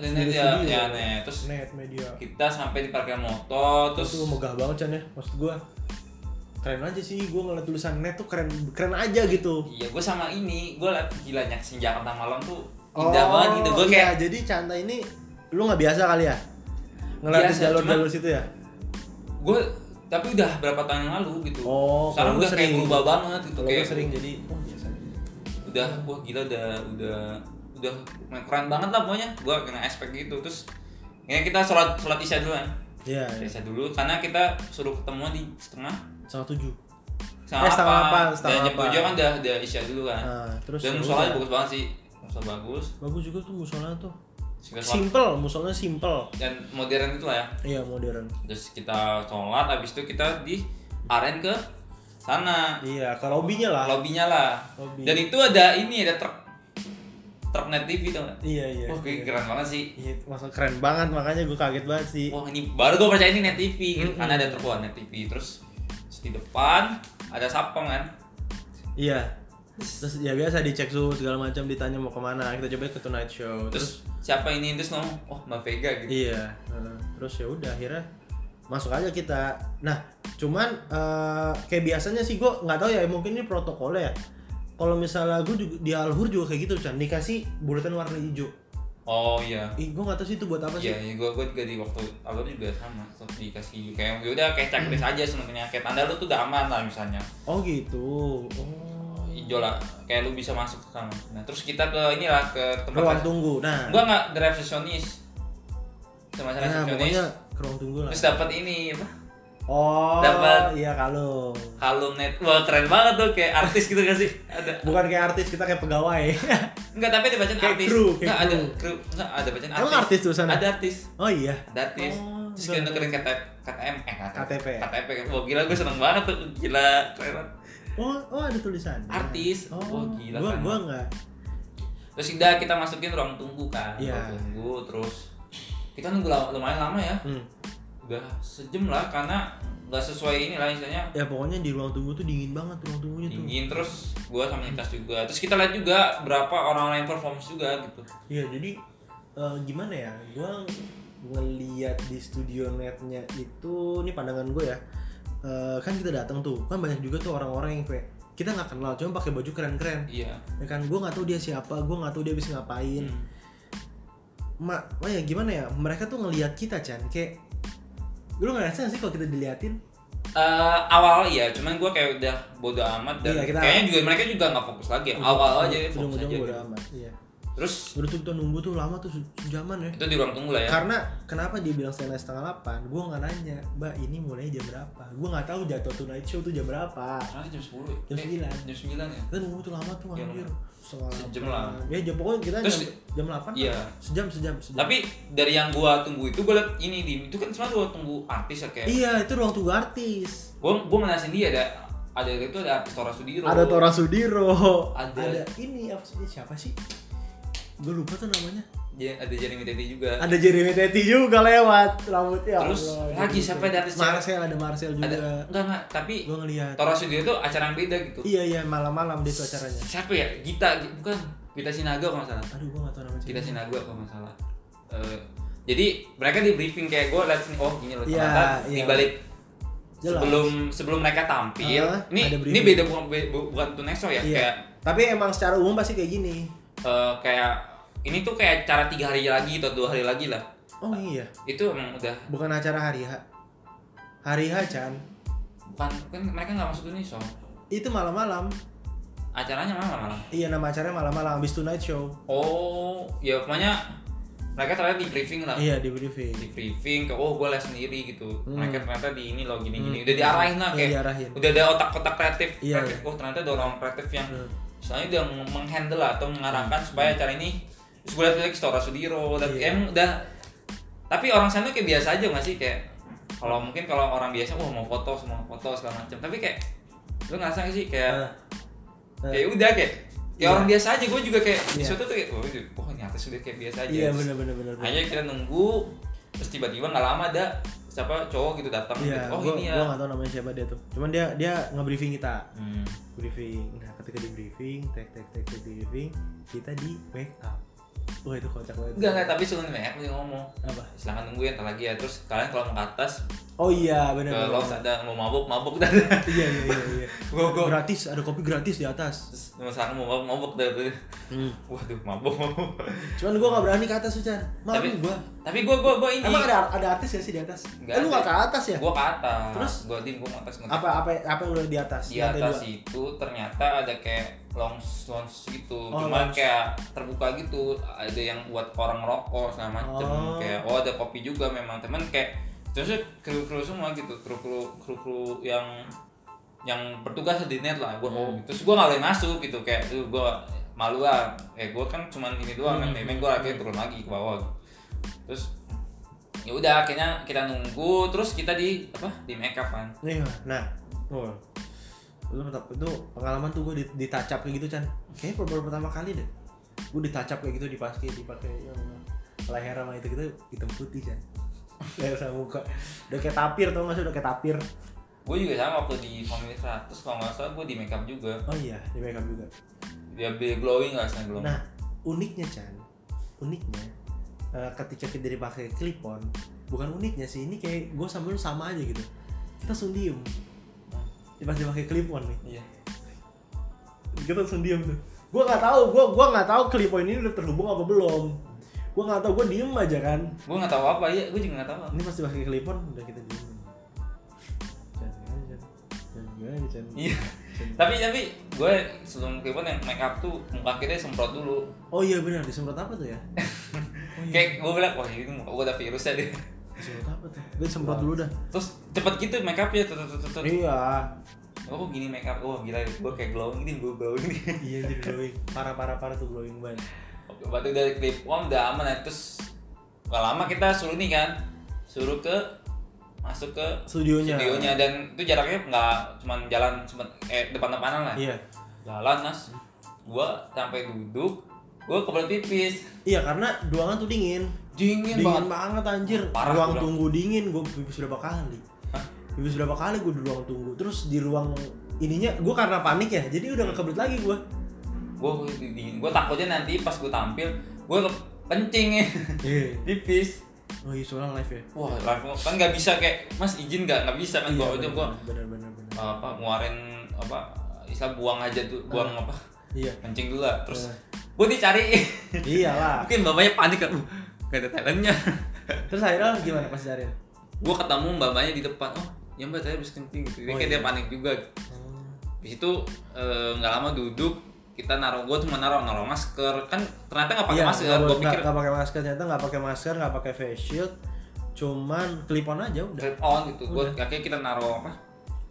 udah net ya, studio-studio. ya net terus net media. kita sampai di parkir motor terus Itu megah banget Chan ya maksud gua. Keren aja sih gua ngeliat tulisan net tuh keren keren aja gitu. iya gua sama ini gua liat gila nyaksiin Jakarta malam tuh Oh, indah banget gitu gua iya, kayak jadi Canta ini lu nggak biasa kali ya ngeliat Biasa, jalur-jalur situ ya? gue tapi udah berapa tahun yang lalu gitu Oh, sekarang kalau udah gua kayak sering. berubah banget gitu Kalau kayak gua sering jadi oh biasa. udah wah gila udah udah udah main keren banget lah pokoknya gue kena aspek gitu terus ya kita sholat sholat isya dulu kan Iya. Sholat iya. isya dulu karena kita suruh ketemu di setengah Setengah tujuh. setengah Eh, setengah delapan, delapan dan setengah jam delapan. tujuh kan udah udah isya dulu kan Nah, terus dan ya musolanya udah. bagus banget sih musola bagus bagus juga tuh musolanya tuh. Terus kita sholat Simple, musolanya simple. dan modern itu lah ya Iya modern. terus kita sholat habis itu kita di aren ke sana Iya, ke lobbynya lah. lobbynya lah Lobby. dan itu ada ini ada truk truk net TV tuh Iya iya. wah Oh, kayak iya. keren banget sih Iya, masa keren banget makanya gue kaget banget sih. wah ini baru gue percaya ini net TV gitu. Mm-mm. karena ada truk wah, net TV terus terus di depan ada sapong kan Iya. Terus ya biasa dicek suhu segala macam ditanya mau kemana kita coba ke Tonight Show terus, terus siapa ini terus ngomong oh mbak Vega gitu iya Nah, terus ya udah akhirnya masuk aja kita nah cuman eh, kayak biasanya sih gue nggak tahu ya mungkin ini protokolnya ya kalau misalnya gue juga di Alhur juga kayak gitu Chan dikasih bulatan warna hijau oh iya ih gue nggak tahu sih itu buat apa sih Iya, gue gue juga di waktu awal juga sama terus dikasih kayak yaudah kayak checklist aja sebenarnya kayak tanda lu tuh udah aman lah misalnya Oh gitu. Oh. hijau lah kayak lu bisa masuk ke sana nah terus kita ke inilah ke Ruang tempat tunggu. Nah, gua nggak the resepsionis sama nah, resepsionis pokoknya ke ruang tunggu lah. terus dapat ini apa Oh, dapat- iya kalau kalung net wah keren banget tuh kayak artis gitu gak sih ada bukan kayak artis kita kayak pegawai. enggak tapi ada bacaan Kayak artis kru, kayak enggak ada kru. kru enggak ada bacaan artis Emang artis tulisannya? ada artis oh iya. ada artis Oh, terus enggak, kita nukerin KTP KTM eh KTP. KTP wah gila gue seneng banget tuh gila keren banget Oh, oh ada tulisan. Artis. Oh, Oh, gila, Gua kan. gua enggak. terus kita kita masukin ruang tunggu kan Iya. ruang tunggu terus kita nunggu lama- lumayan lama ya Hmm. udah sejam lah karena nggak sesuai ini lah istilahnya ya pokoknya di ruang tunggu tuh dingin banget ruang tunggunya tuh dingin terus gua sama Nikas juga terus kita lihat juga berapa orang lain performance juga gitu Iya jadi eh, gimana ya, gue ngeliat di studio netnya itu, ini pandangan gue ya, Eh, kan kita datang tuh, kan banyak juga tuh orang-orang yang kayak kita nggak kenal, cuma pakai baju keren-keren, iya ya kan gue nggak tahu dia siapa, gue nggak tahu dia habis ngapain, Hmm. Ma, ma ya gimana ya, mereka tuh ngeliat kita Chan, kayak lu ngerasa nggak sih kalau kita diliatin, Eh, awal iya cuman gua kayak udah bodo amat dan Iya, kita- Iya. kayaknya juga mereka juga nggak fokus lagi awal Iya, aja fokus ujung-ujung aja bodo gitu. amat, iya, terus udah tuh kita nunggu tuh lama tuh sejaman ya, itu di ruang tunggu lah ya karena kenapa dia bilang saya setengah delapan gue nggak nanya mbak ini mulai jam berapa gue nggak tahu jatuh tonight show tuh jam berapa Karena jam 10 ya? Jam Eh, 9. jam 9 ya kita nunggu tuh lama tuh Iya, anjir lama. setengah Sejam delapan. ya jam pokoknya kita Terus- jam, jam delapan iya sejam sejam sejam tapi dari yang gua tunggu itu gua liat ini di itu kan sebenarnya gua tunggu artis ya kayak iya itu ruang tunggu artis gua gua ngerasain dia ada ada itu ada artis Tora Sudiro ada Tora Sudiro Ada. ini apa sih siapa sih gue lupa tuh namanya Ja- ada Jeremy Teti juga ada Jeremy Teti juga lewat rambutnya Ya Terus lagi siapa ada artis cewek? Marcel ada Marcel ada juga enggak enggak tapi gue ngeliat Tora Sudiro tuh acara yang beda gitu iya iya malam-malam dia tuh acaranya siapa ya Gita Gi- bukan Gita Sinaga kalau nggak salah aduh gue gak tau namanya Gita Sinaga kalau nggak salah Eh, jadi mereka di briefing kayak gue liat sini oh gini loh Iya, ternyata iya. di balik Jelas. sebelum sebelum mereka tampil Ah, ini ada ini briefing. beda bukan be- bu- bukan tunexo ya Iya. kayak Tapi emang secara umum pasti kayak gini. eh, kayak ini tuh kayak cara tiga hari lagi atau dua hari lagi lah Oh iya, itu emang udah bukan acara hari H. Hari H Chan. bukan kan mereka nggak masuk tunexo Itu malam-malam. acaranya malam malam Iya nama acaranya malam-malam habis night show. oh ya pokoknya mereka ternyata di briefing lah Iya di briefing. di briefing kayak oh gue les sendiri gitu Hmm. mereka ternyata di ini loh gini gini Hmm. udah diarahin lah Iya, kayak diarahin. udah ya. ada otak-otak kreatif Iya, kreatif oh ternyata ada orang kreatif yang Hmm. soalnya dia menghandle lah atau mengarahkan supaya acara ini terus gue liat lagi Stora Sudiro dan Iya. emang udah tapi orang sana kayak biasa aja nggak sih kayak kalau mungkin kalau orang biasa wah mau foto semua foto segala macam tapi kayak lu ngerasa nggak sih kayak Nah, nah. kayak udah ya kayak kayak Iya. orang biasa aja gue juga kayak di Iya. suatu tuh kayak oh, oh ini atas udah kayak biasa aja Iya Terus- benar benar benar. hanya kita nunggu terus tiba-tiba nggak lama ada siapa cowok gitu datang Iya, gitu, oh gua, ini ya gua gak tau namanya siapa dia tuh. Cuman dia dia nge-briefing kita. Hmm. Briefing. Nah, ketika di briefing, tek tek tek tek di briefing, kita di wake up. Wah, itu kocak banget. enggak enggak tapi sebelum banyak yang ngomong Apa? silakan nunggu ya ntar lagi ya terus kalian kalau mau ke atas Oh iya, ke benar lounge benar. ada mau mabuk mabuk dan Iya iya iya iya. Gua- gua- Gratis, ada kopi gratis di atas. terus misalkan mau mabuk mabuk dan Hmm. waduh mabuk mabuk Cuman gue gak berani ke atas Ucan Malu Tapi- gue tapi gue gue gue ini Emang ada ada artis gak sih di atas? Nggak eh, lu ada. gak ke atas ya? gue ke atas Terus? gue tim gue atas ngetes. Apa apa apa yang udah di atas? di atas Lantai iya. dua? itu ternyata ada kayak lounge lounge gitu Oh, cuman lounge. kayak terbuka gitu ada yang buat orang rokok sama macem Oh. kayak oh ada kopi juga memang teman kayak terus kru kru semua gitu kru kru kru kru yang yang bertugas di net lah gue oh Hmm. terus gue nggak boleh masuk gitu kayak tuh gue malu lah eh gue kan cuman ini doang kan Hmm. memang gue akhirnya turun lagi ke bawah terus ya udah akhirnya kita nunggu terus kita di apa di make up kan Nih, nah Oh Lu tetap itu pengalaman tuh gue ditacap kayak gitu Chan Kayaknya baru, baru pertama kali deh Gue ditacap kayak gitu dipakai dipakai ya Allah. leher sama itu gitu hitam putih Chan Leher sama muka Udah kayak tapir tau gak sih udah kayak tapir gue juga sama waktu di family 100 kalau nggak salah gue di makeup juga Oh iya di makeup juga dia beli glowing nggak sih glowing Nah, uniknya Chan, uniknya eh, ketika kita dipakai clip on, bukan uniknya sih, ini kayak gue sama lu sama aja gitu. Kita langsung diem. Pas dipakai clip on nih, iya kita langsung diem tuh. Gue nggak tahu, gue gua nggak tahu clip on ini udah terhubung apa belum. Gue nggak tahu, gue diem aja kan. gue nggak tahu apa iya gue juga nggak tahu Ini pasti pakai clip on udah kita diem. Chan, gimana, Chan? Chan, gimana, Chan? iya Chan. tapi tapi gue sebelum klipon yang makeup tuh muka kita semprot dulu Oh iya benar, disemprot apa tuh ya? Oh, iya. kayak gue bilang wah ini muka gue ada virusnya deh Disemprot apa tuh? Gue semprot dulu dah. ya." terus cepet gitu makeupnya tuh tuh tuh, tuh tuh Iya, oh kok gini makeup wah gila gue kayak glowing nih gue glowing nih iya jadi glowing parah parah parah tuh glowing banget Oke, berarti udah klip on udah aman ya terus gak lama kita suruh nih kan suruh ke masuk ke studionya studionya dan itu jaraknya nggak cuman jalan cuman eh depan depanan lah iya jalan mas gua sampai duduk gue kebelet pipis Iya karena ruangan tuh dingin. dingin, Dingin banget banget, anjir. Parah ruang gua. tunggu dingin gue pipis berapa kali. Hah? Pipis berapa kali gue di ruang tunggu. Terus di ruang ininya gue karena panik ya. Jadi udah gak kebelet lagi gue. gue dingin gue takutnya nanti pas gue tampil gue kencing ya Iya. pipis Oh iya soalnya live ya. wah live kan nggak bisa kayak mas izin nggak nggak bisa kan gue gue Iya, bener bener bener. apa nguarin apa istilah buang aja tuh buang apa Iya. kencing dulu lah terus Eh. gue dicari Iyalah. mungkin bapaknya panik kan "Uh, nggak ada talentnya Terus akhirnya gimana pas Darin? gue ketemu mbaknya di depan oh ya mbak saya habis kencing gitu jadi Oh, kayak iya. dia panik juga di situ eh, nggak lama duduk kita naruh gue cuma naruh naruh masker kan ternyata nggak pakai masker Iya, nggak gue nggak- pikir nggak pakai masker ternyata nggak pakai masker, nggak pakai face shield, cuman clip on aja udah. Hmm. clip on gitu gue akhirnya kita naruh apa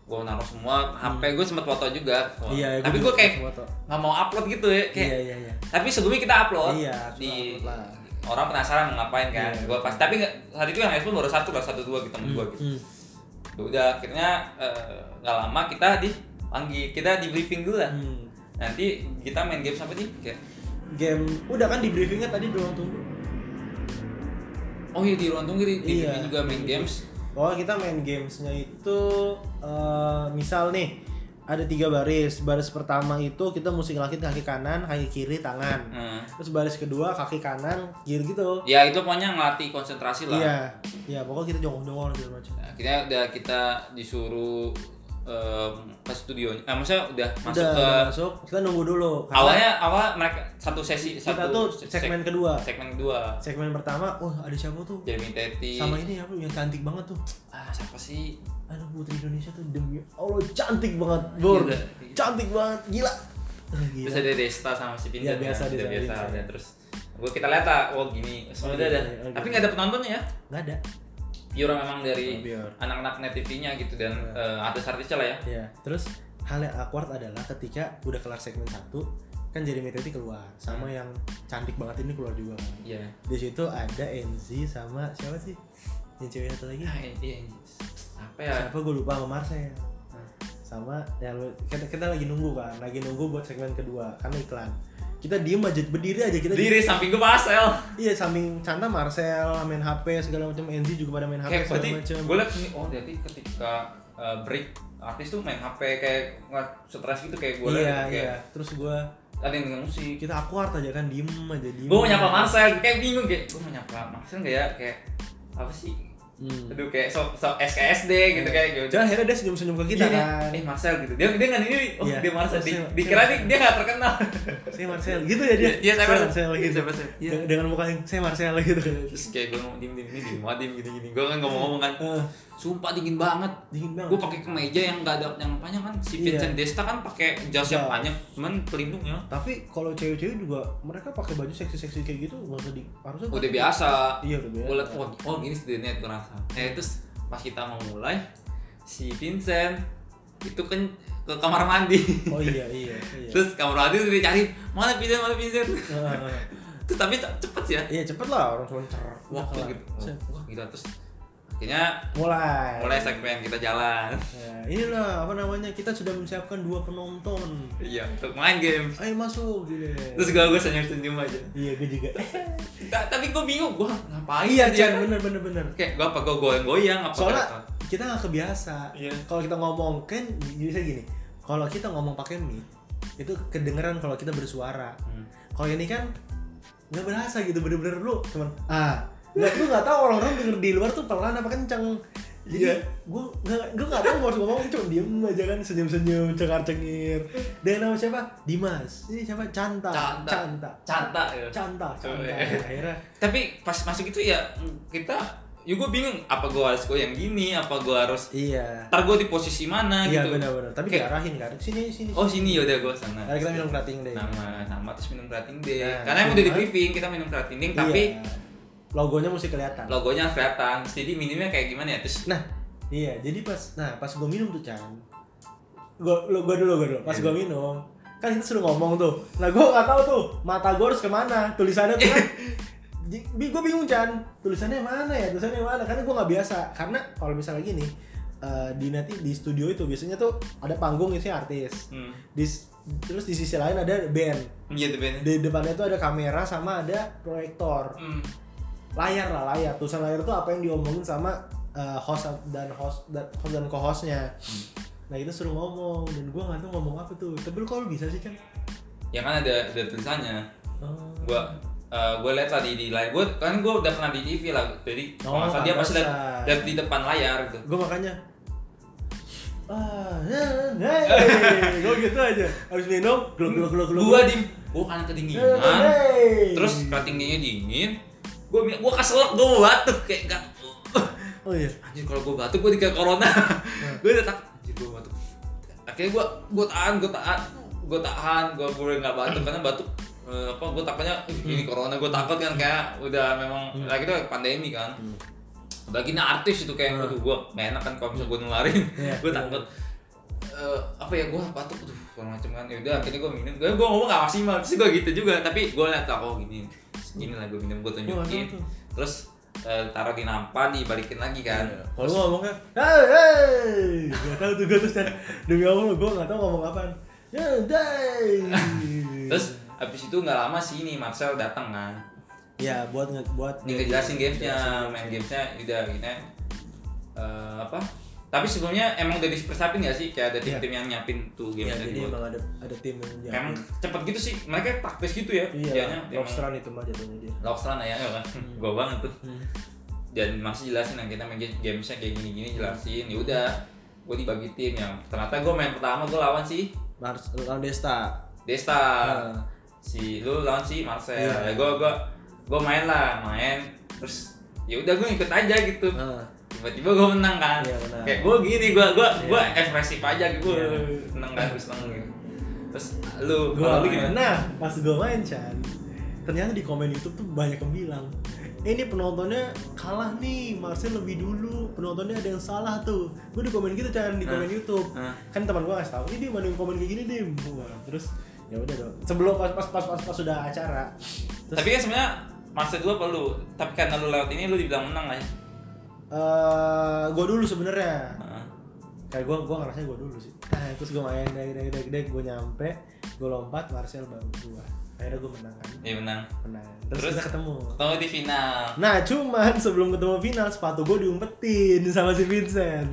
gue naruh semua HP gue sempet foto juga Wah. Iya, iya, tapi gua gue juga kayak sempet foto. nggak mau upload gitu ya kayak Iya iya iya. tapi sebelumnya kita upload Iya, di upload lah. orang penasaran mau ngapain kan Iya. gua pas tapi nggak- hari itu yang respon baru satu baru satu dua gitu sama gua gitu Hmm. udah akhirnya eh, nggak lama kita di panggil kita di briefing dulu lah Hmm. nanti kita main game sampai sih kayak Game udah kan di briefingnya tadi di ruang tunggu. oh iya di ruang tunggu di, di- Iya. di juga main games Oh kita main gamesnya itu eh, misal nih ada tiga baris. Baris pertama itu kita mesti ngelakin kaki kanan, kaki kiri, tangan. Nah, Terus baris kedua kaki kanan, kiri gitu. ya itu pokoknya ngelatih konsentrasi lah Iya, iya pokoknya kita jongkok-jongkok segala macam. Nah, akhirnya udah kita disuruh em, ke studio eh, maksudnya udah masuk Udah, ke udah masuk, kita nunggu dulu. Karena awalnya awal mereka satu sesi satu kita tuh se- segmen kedua. segmen kedua Segmen pertama, oh ada siapa tuh? Jeremy Teti Sama ini apa yang cantik banget tuh. ah siapa sih Aduh putri Indonesia tuh demi Allah cantik banget, Iya, Bor. Gila. Cantik banget, gila. Ah, Gila. terus ada Desta sama si Pindah Ya, biasa udah Desta biasa Pindah. udah. terus gue kita lihat lah oh gini semua Oh, udah gitu, ada ya, oh, tapi gitu. nggak ada penontonnya ya Nggak ada. Yura memang dari Oh, Bior. anak-anak net TV-nya gitu dan Ya. eh, artis-artisnya lah ya Ya, terus hal yang awkward adalah ketika udah kelar segmen satu kan Jeremy Teti keluar sama yang cantik banget ini keluar juga kan. Hmm. iya di situ ada NZ sama siapa sih yang cewek satu lagi Ah, iya, iya. apa ya siapa gue lupa sama Marcel sama ya lu- kita, kita lagi nunggu kan lagi nunggu buat segmen kedua karena iklan kita diem aja berdiri aja kita diri samping gue Marcel iya samping Canta Marcel main HP segala macam NZ juga pada main HP kayak berarti segala macam gue liat ini oh berarti ketika eh, break artis tuh main HP kayak nggak stres gitu kayak gue iya liat iya kayak terus gue ada yang denger musik kita awkward aja kan diem aja diem gue mau nyapa Marcel kayak bingung kayak gue mau nyapa Marcel nggak ya kayak apa sih Hmm. aduh kayak sok sok SKSD gitu kayak gitu Jangan akhirnya dia senyum-senyum ke Iya, kita dia, kan. eh Marcel gitu dia dia nggak ini oh Iya. dia Marcel di, Marcel. dikira dia dia nggak terkenal Saya Marcel gitu ya dia. Iya, saya Marcel. Iya, gitu. saya Marcel. Iya. Dengan- Dengan muka yang saya Marcel gitu. terus kayak gue ngomong dim dim ini dim wah, dim gini gini gue kan ngomong ngomong kan Eh, sumpah dingin banget Dingin banget. gue pakai kemeja yang nggak ada yang panjang kan si Iya. Vincent Desta kan pakai jas yang Jas. panjang cuman pelindungnya Tapi kalau cewek-cewek juga mereka pakai baju seksi-seksi kayak gitu nggak usah di harusnya udah biasa Iya, udah biasa. gue liat oh, oh gini sih net gue rasa eh terus pas kita mau mulai si Vincent itu kan ke kamar mandi Oh iya iya iya. terus kamar mandi udah dicari mana Vincent mana Vincent Ah, ah, ah. terus tapi ce- cepet sih ya Iya cepet lah orang cuma cer. waktu Udah gitu kelar. Set. wah gila terus akhirnya Mulai. mulai segmen kita jalan Ya, inilah apa namanya kita sudah menyiapkan dua penonton. iya untuk main game Ayo masuk gitu. terus gue gue senyum senyum aja Iya gue juga. Ta- tapi gue bingung gue ngapain iya ya Chan bener bener bener. kayak gue apa gue goyang goyang apa soalnya apa. kita nggak kebiasa Iya. kalau kita ngomong kan bisa gini kalau kita ngomong pakai mic itu kedengeran kalau kita bersuara Hmm. kalau ini kan nggak berasa gitu bener-bener lu cuman ah nggak lu nggak tahu orang-orang denger di luar tuh pelan apa kenceng Iya. jadi gue nggak gue nggak tahu gua harus ngomong cuma diem aja kan senyum-senyum cengar-cengir dengan nama siapa Dimas ini siapa Canta Canta. Canta Canta, ya. Canta, Canta. Coba. akhirnya tapi pas masuk itu ya mm, kita ya gue bingung apa gue harus goyang gini apa gue harus iya ntar gue di posisi mana iya gitu benar-benar tapi Kayak- diarahin kan sini sini oh Nah, sini yaudah gue sana Karena kita minum kerating deh. nama nama terus minum kerating deh Nah, karena emang udah di cuman- briefing kita minum kerating deh, tapi Iya. logonya mesti kelihatan. logonya harus kelihatan jadi minimnya kayak gimana ya terus Nah, iya, jadi pas nah pas gue minum tuh Chan. Gua lo gua dulu gua dulu. Pas Iya. gue minum, kan kita suruh ngomong tuh. Nah, gue nggak tahu tuh mata gue harus kemana. Tulisannya tuh kan gue bingung Chan. Tulisannya mana ya? Tulisannya mana? Karena gue nggak biasa. Karena kalau misalnya gini, eh, di nanti di studio itu biasanya tuh ada panggung isinya artis. hmm. Di s- terus di sisi lain ada band gitu Ben di depannya itu ada kamera sama ada proyektor Hmm. layar lah layar tulisan layar itu apa yang diomongin sama eh, host dan host dan host dan co-hostnya nah itu suruh ngomong dan gua nggak tahu ngomong apa tuh tapi lu kalau bisa sih kan ya kan ada ada tulisannya gua eh, gua lihat tadi di layar gua kan gua udah pernah di TV lah jadi Oh, kalau nggak salah dia pasti lihat pantesan. lihat di depan layar gitu gue makanya ah hey, gue gitu aja abis minum gluk gluk gluk gluk gua di gua karena Eh, kedinginan Hey. terus katingnya dingin gua bi- gua keselak gua mau batuk kayak gak oh iya anjir kalau gua batuk gua dikira corona gua udah tak anjir gua batuk akhirnya gua gua tahan gua tahan gua tahan gua boleh nggak batuk karena batuk eh, apa gua takutnya "Ih, Hmm. ini corona gua takut kan kayak udah memang lagi tuh pandemi kan Hmm. bagi artis itu kayak aduh gua gak enak kan kalau misalnya gua nularin Iya, gua iya. takut Eh, apa ya gua batuk tuh segala macam kan ya udah akhirnya gua minum gua gua ngomong gak maksimal sih gua gitu juga tapi gua lihat oh gini segini lah gua minum gua Gua nggak tunjukin tahu tuh. terus eh, taruh di nampan dibalikin lagi kan kalau gue ngomongnya hey hey gak tau tuh gue terus dan demi allah gue gak tau ngomong apaan ya day Terus habis itu nggak lama sih ini Marcel datang kan. ya buat nge buat Ini iya, ngejelasin gamesnya, main gamesnya udah gitu. Eh, apa? Tapi sebelumnya emang udah disiapin nggak sih kayak ada tim-tim yang nyiapin tuh game ya, yang Iya. jadi dibuat. emang ada ada tim yang Emang cepet gitu sih, mereka praktis gitu ya. kerjanya. iya Hmm. Emang- lobsteran itu mah jatuhnya dia Lobsteran ya, ya kan? Gua banget tuh. Dan masih jelasin nah, kita main game- gamesnya kayak gini-gini jelasin. Ya udah, gue dibagi tim yang ternyata gue main pertama gue lawan si Mars Desta Desta Nah. si lu lawan si Marcel ya Iya. gue gue gue main lah main terus ya udah gue ikut aja gitu Nah, tiba-tiba gue menang kan Iya, menang. kayak gue gini gue gue gue Iya. ekspresif aja gitu Iya. seneng kan gue seneng gitu terus lu gua kalau lu gimana Nah, pas gue main Chan, ternyata di komen YouTube tuh banyak yang bilang, "Eh, ini penontonnya kalah nih, Marcel lebih dulu, penontonnya ada yang salah tuh. Gue di komen gitu Chan, di komen YouTube. Hah? Kan teman gue ngasih tahu, ini dia mana yang komen kayak gini deh. Gua, terus ya udah dong. Sebelum pas pas pas pas, pas sudah acara, terus tapi kan sebenarnya maksud gue apa lu tapi karena lu lewat ini lu dibilang menang kan? aja gue Eh, dulu sebenarnya Ah. kayak gue gue ngerasa gue dulu sih nah, terus gue main dari dari dari gue nyampe gue lompat Marcel baru gue akhirnya gue menang kan ya menang menang terus, Terus? kita ketemu ketemu di final nah cuman sebelum ketemu final sepatu gue diumpetin sama si Vincent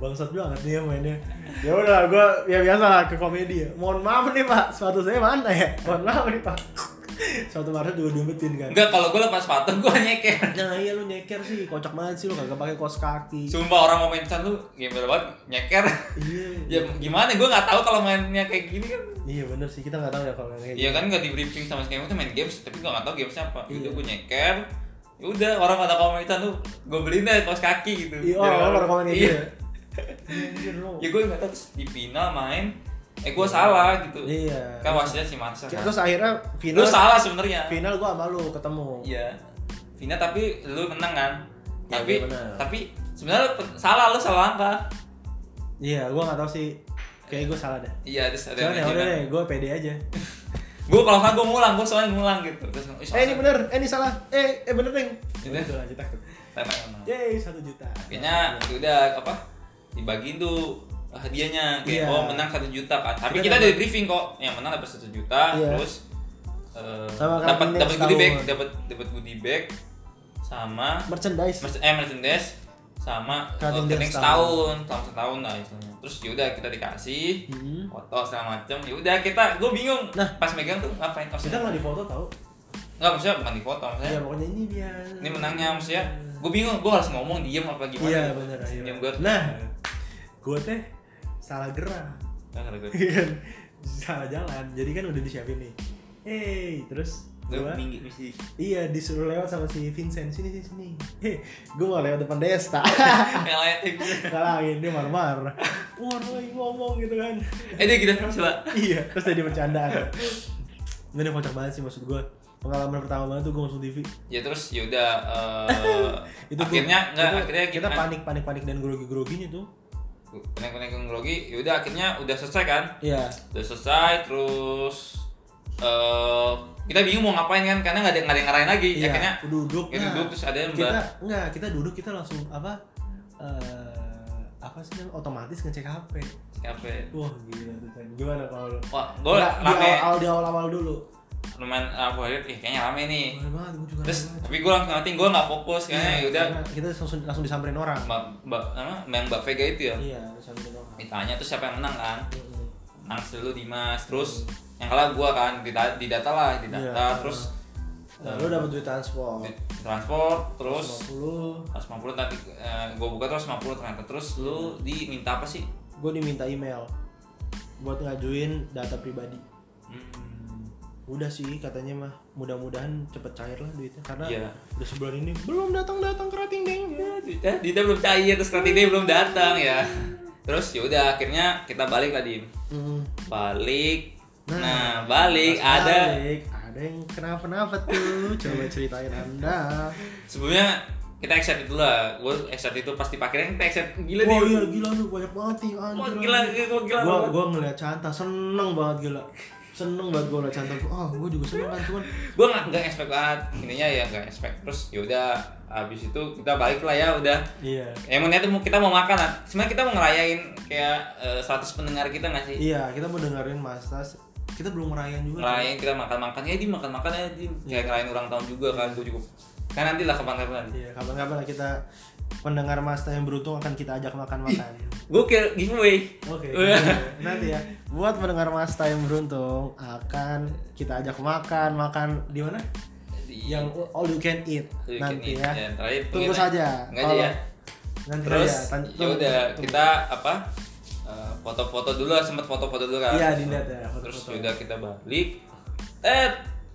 bangsat banget nih ya mainnya ya udah gue ya biasa lah ke komedi ya mohon maaf nih pak sepatu saya mana ya mohon maaf nih pak sepatu Marcel juga diumpetin kan enggak kalau gue lepas sepatu gue nyeker nah iya lu nyeker sih kocak banget sih lu kagak pakai kaos kaki sumpah orang mau main pesan lu gimana banget nyeker iya ya gimana gue nggak tahu kalau mainnya kayak gini kan iya bener sih kita nggak tahu ya kalau kayak ya kan nggak di briefing sama sekali itu main games tapi gue nggak tahu gamesnya apa Iya. udah gue nyeker ya udah orang pada komentar tuh gue beliin deh kaos kaki gitu Iya, Jadi orang orang komen kayak gitu iya. ya. Anjir, lu. ya gue nggak tahu terus di final main eh gue salah gitu Iya. kan wasitnya si Marcel kan. Terus akhirnya lu final Iya. salah sebenarnya final gua sama lu ketemu. iya final tapi lu menang kan Iya, tapi gue menang. tapi sebenarnya lu pe- salah lu salah angka Iya, gua nggak tahu sih. Kayak gua salah dah. iya terus ada Cuman ya udah deh, gua pede aja. gue kalau salah gue ngulang gue soalnya ngulang gitu terus "Ih, eh ini bener, eh ini salah, eh eh bener deh. Gitu. Itu lanjut aku. Tenang, tenang. Yeay, satu juta. akhirnya itu udah apa dibagiin tuh hadiahnya kayak Iya. oh menang satu juta kan tapi Kita kita dari briefing kok yang menang dapat satu juta Iya. terus eh, Sama dapat kartunya dapat goodie bag setahun. dapat dapat goodie bag sama Merchandise. merch- eh, merchandise sama Kartunya oh, keting setahun. setahun selama setahun lah istilahnya terus yaudah kita dikasih Mhm. foto segala macam yaudah kita gue bingung Nah. pas megang tuh ngapain Kita maksudnya nggak di foto tahu? nggak maksudnya bukan di foto maksudnya Iya, pokoknya ini dia. Eh? ini menangnya maksudnya gue bingung gue harus ngomong diem apa gimana Iya, bener. iya. diem gue Nah, gua teh salah gerak. Iya kan salah jalan jadi kan udah disiapin nih hey terus gua iya disuruh lewat sama si Vincent sini sini sini hey, gua mau lewat depan Desta Yang lain eh, tim. kalangin dia marah-marah wah lagi ngomong gitu kan Eh dia gitu coba. iya terus jadi bercandaan ini kocak banget sih maksud gua pengalaman pertama banget tuh gua masuk TV Ya terus yaudah eh, gua- akhirnya enggak kita- akhirnya kita gimana? panik panik panik dan grogi groginya tuh Koneng-koneng grogi. Yaudah akhirnya ya udah selesai kan? iya Udah selesai terus eh kita bingung mau ngapain kan karena nggak ada nggak ada yang ngarahin lagi. Iya, Akhirnya duduk. kita duduk, terus ada yang kita mbak. enggak, kita duduk kita langsung apa? eh apa sih namanya, otomatis ngecek HP Siapa? ya? wah gila tuh Chan. gimana kalau lu Wah, gue Nggak, di rame. awal, di awal awal dulu Lumayan aku lihat, ih kayaknya rame nih. Rame banget gue juga Terus rame banget. tapi gue langsung ngatin gue nggak fokus kayaknya ya Iya, udah karena kita langsung langsung disamperin orang mbak mbak apa yang mbak Vega itu ya iya disamperin orang ditanya terus siapa yang menang kan Mm-mm. menang dulu Dimas terus yang kalah gue kan didata, didata lah didata Iya. terus nah, lu dapat duit transport di- transport terus 50 150 tadi gue eh, buka terus 50 ternyata terus lu diminta apa sih gue diminta email buat ngajuin data pribadi Hmm, udah sih katanya mah mudah-mudahan cepet cair lah duitnya karena Iya. udah sebulan ini belum datang datang kerating deng Dita, Eh, Dita belum cair terus nanti dia belum datang ya terus yaudah akhirnya kita balik lah Dim Hmm. balik Nah, nah balik Pas ada balik, ada yang kenapa-napa tuh coba ceritain anda sebelumnya kita excited dulu lah gue excited itu pasti pakaian kita excited gila wah nih iya gila lu banyak banget nih Wah, anjir gila gila gila gua banget. gua ngeliat Canta seneng banget gila seneng banget gua ngeliat Canta oh gua juga seneng kan cuman gue nggak nggak expect banget ininya ya nggak expect terus yaudah abis itu kita balik lah ya udah iya emang niatnya mau- kita mau makan lah sebenarnya kita mau ngerayain kayak eh, 100 pendengar kita nggak sih iya kita mau dengerin Mas Tas kita belum merayain juga Iya. ngerayain kita makan makan ya di makan makan ya di kayak ngerayain ulang tahun juga kan gue juga kan nanti lah kapan kapan Iya, kapan-kapan lah kita pendengar Masta yang beruntung akan kita ajak makan-makan. gue kayak giveaway Oke. Iya. Nanti ya. Buat pendengar Masta yang beruntung akan kita ajak makan, makan di mana? Di- Yang all you can eat Tuh, nanti gini. ya. terakhir Tunggu pengen- saja. Enggak aja Kalau- ya. Nanti Terus aja, tan- ya tunggu- udah tunggu. kita apa? eh, foto-foto dulu lah, sempet foto-foto dulu kan. Iya, dilihat ya, foto-foto. Terus udah kita balik. Eh,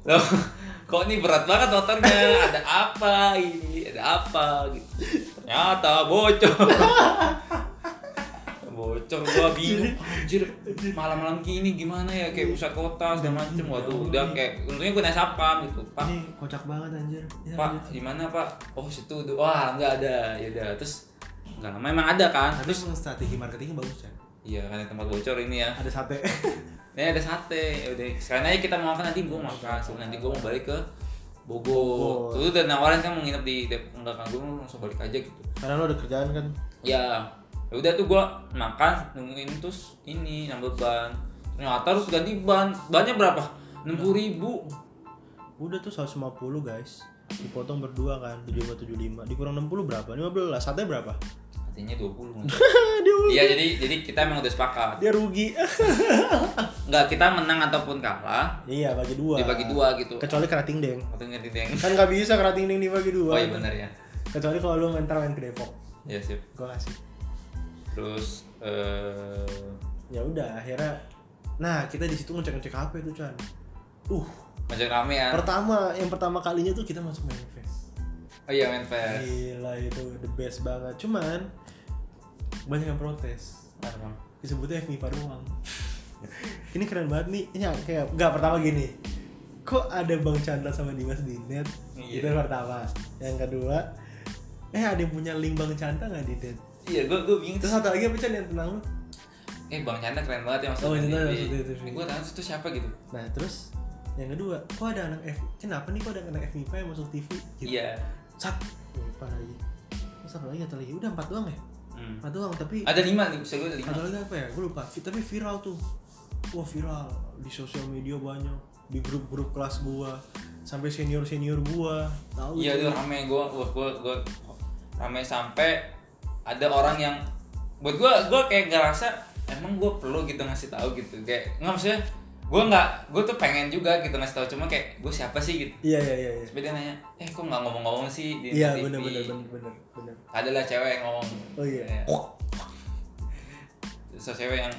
loh, kok ini berat banget motornya? Ada apa ini? Ada apa gitu. Ternyata bocor. bocor gua bingung anjir malam-malam gini gimana ya kayak pusat kota segala macem waduh udah kayak untungnya gue nanya satpam gitu pak Ini kocak banget anjir. Ya, lanjut. Pak, di mana Pak? Oh, situ. Wah, nggak ada. Ya udah. Terus nggak lama emang ada kan? Tapi Terus emang Nah, strategi marketingnya bagus kan. iya kan tempat bocor ini ya. Ada sate. Ini ada sate. Ya udah. Sekarang aja kita mau makan nanti gua makan. Sebelum nanti gua mau balik ke Bogor. Bogor. Tuh udah nawarin kan mau nginep di Dep- enggak kan gua mau langsung balik aja gitu. Karena lo ada kerjaan kan. Ya, ya udah tuh gua makan nungguin terus ini nambah ban. Ternyata harus ganti ban. Bannya berapa? 60.000 ribu Udah tuh 150 guys. Dipotong berdua kan, 75 dikurang 60 berapa? 15. Sate berapa? Artinya 20 dia Iya jadi jadi kita emang udah sepakat dia rugi. Enggak kita menang ataupun kalah iya, bagi dua. dibagi dua gitu Kecuali kerating deng. Waktu ngerti deng Kan nggak bisa kerating deng dibagi dua. oh iya benar ya Kecuali kalau lu mentar main ke Depok. ya sip Gua kasih. terus eh Ya udah, akhirnya nah kita di situ ngecek-ngecek HP tuh, Chan. Uh, macam rame ya pertama yang pertama kalinya tuh kita masuk manifest. oh iya main fair Gila itu the best banget. Cuman banyak yang protes. Disebutnya FMIPA doang. ini keren banget nih. Ini kayak nggak pertama gini. Kok ada Bang Chandra sama Dimas di net? Iya. Itu yang pertama. Yang kedua, eh ada yang punya link Bang Chandra nggak di net? iya gue gue bingung Terus terus satu lagi apa Chan yang tenang lu? eh bang Chandra keren banget ya Oh, maksudnya Chandra Di- maksudnya di- itu, eh, itu. gue tahu itu siapa gitu Nah terus yang kedua, kok ada anak F? Kenapa nih kok ada anak FMIPA yang masuk TV? Gitu. iya Sat. FMIPA lagi. Terus satu lagi satu lagi. Udah empat doang ya? Hmm. Empat doang tapi ada lima nih bisa gue ada lima Ada lagi apa ya? Gue lupa. Vi- Tapi viral tuh. Wah viral di sosial media banyak. Di grup-grup kelas gua sampai senior senior gua tahu. iya itu itu. rame gue wah gue gue rame sampai ada orang yang buat gue gue kayak gak rasa emang gue perlu gitu ngasih tahu gitu kayak nggak maksudnya gue nggak gue tuh pengen juga gitu ngasih tahu cuma kayak gue siapa sih gitu Iya iya iya. iya. Terus dia nanya, eh kok nggak ngomong-ngomong sih di TV? Iya benar benar benar benar benar. Ada lah cewek yang ngomong. Oh iya. Ya. Terus ada cewek yang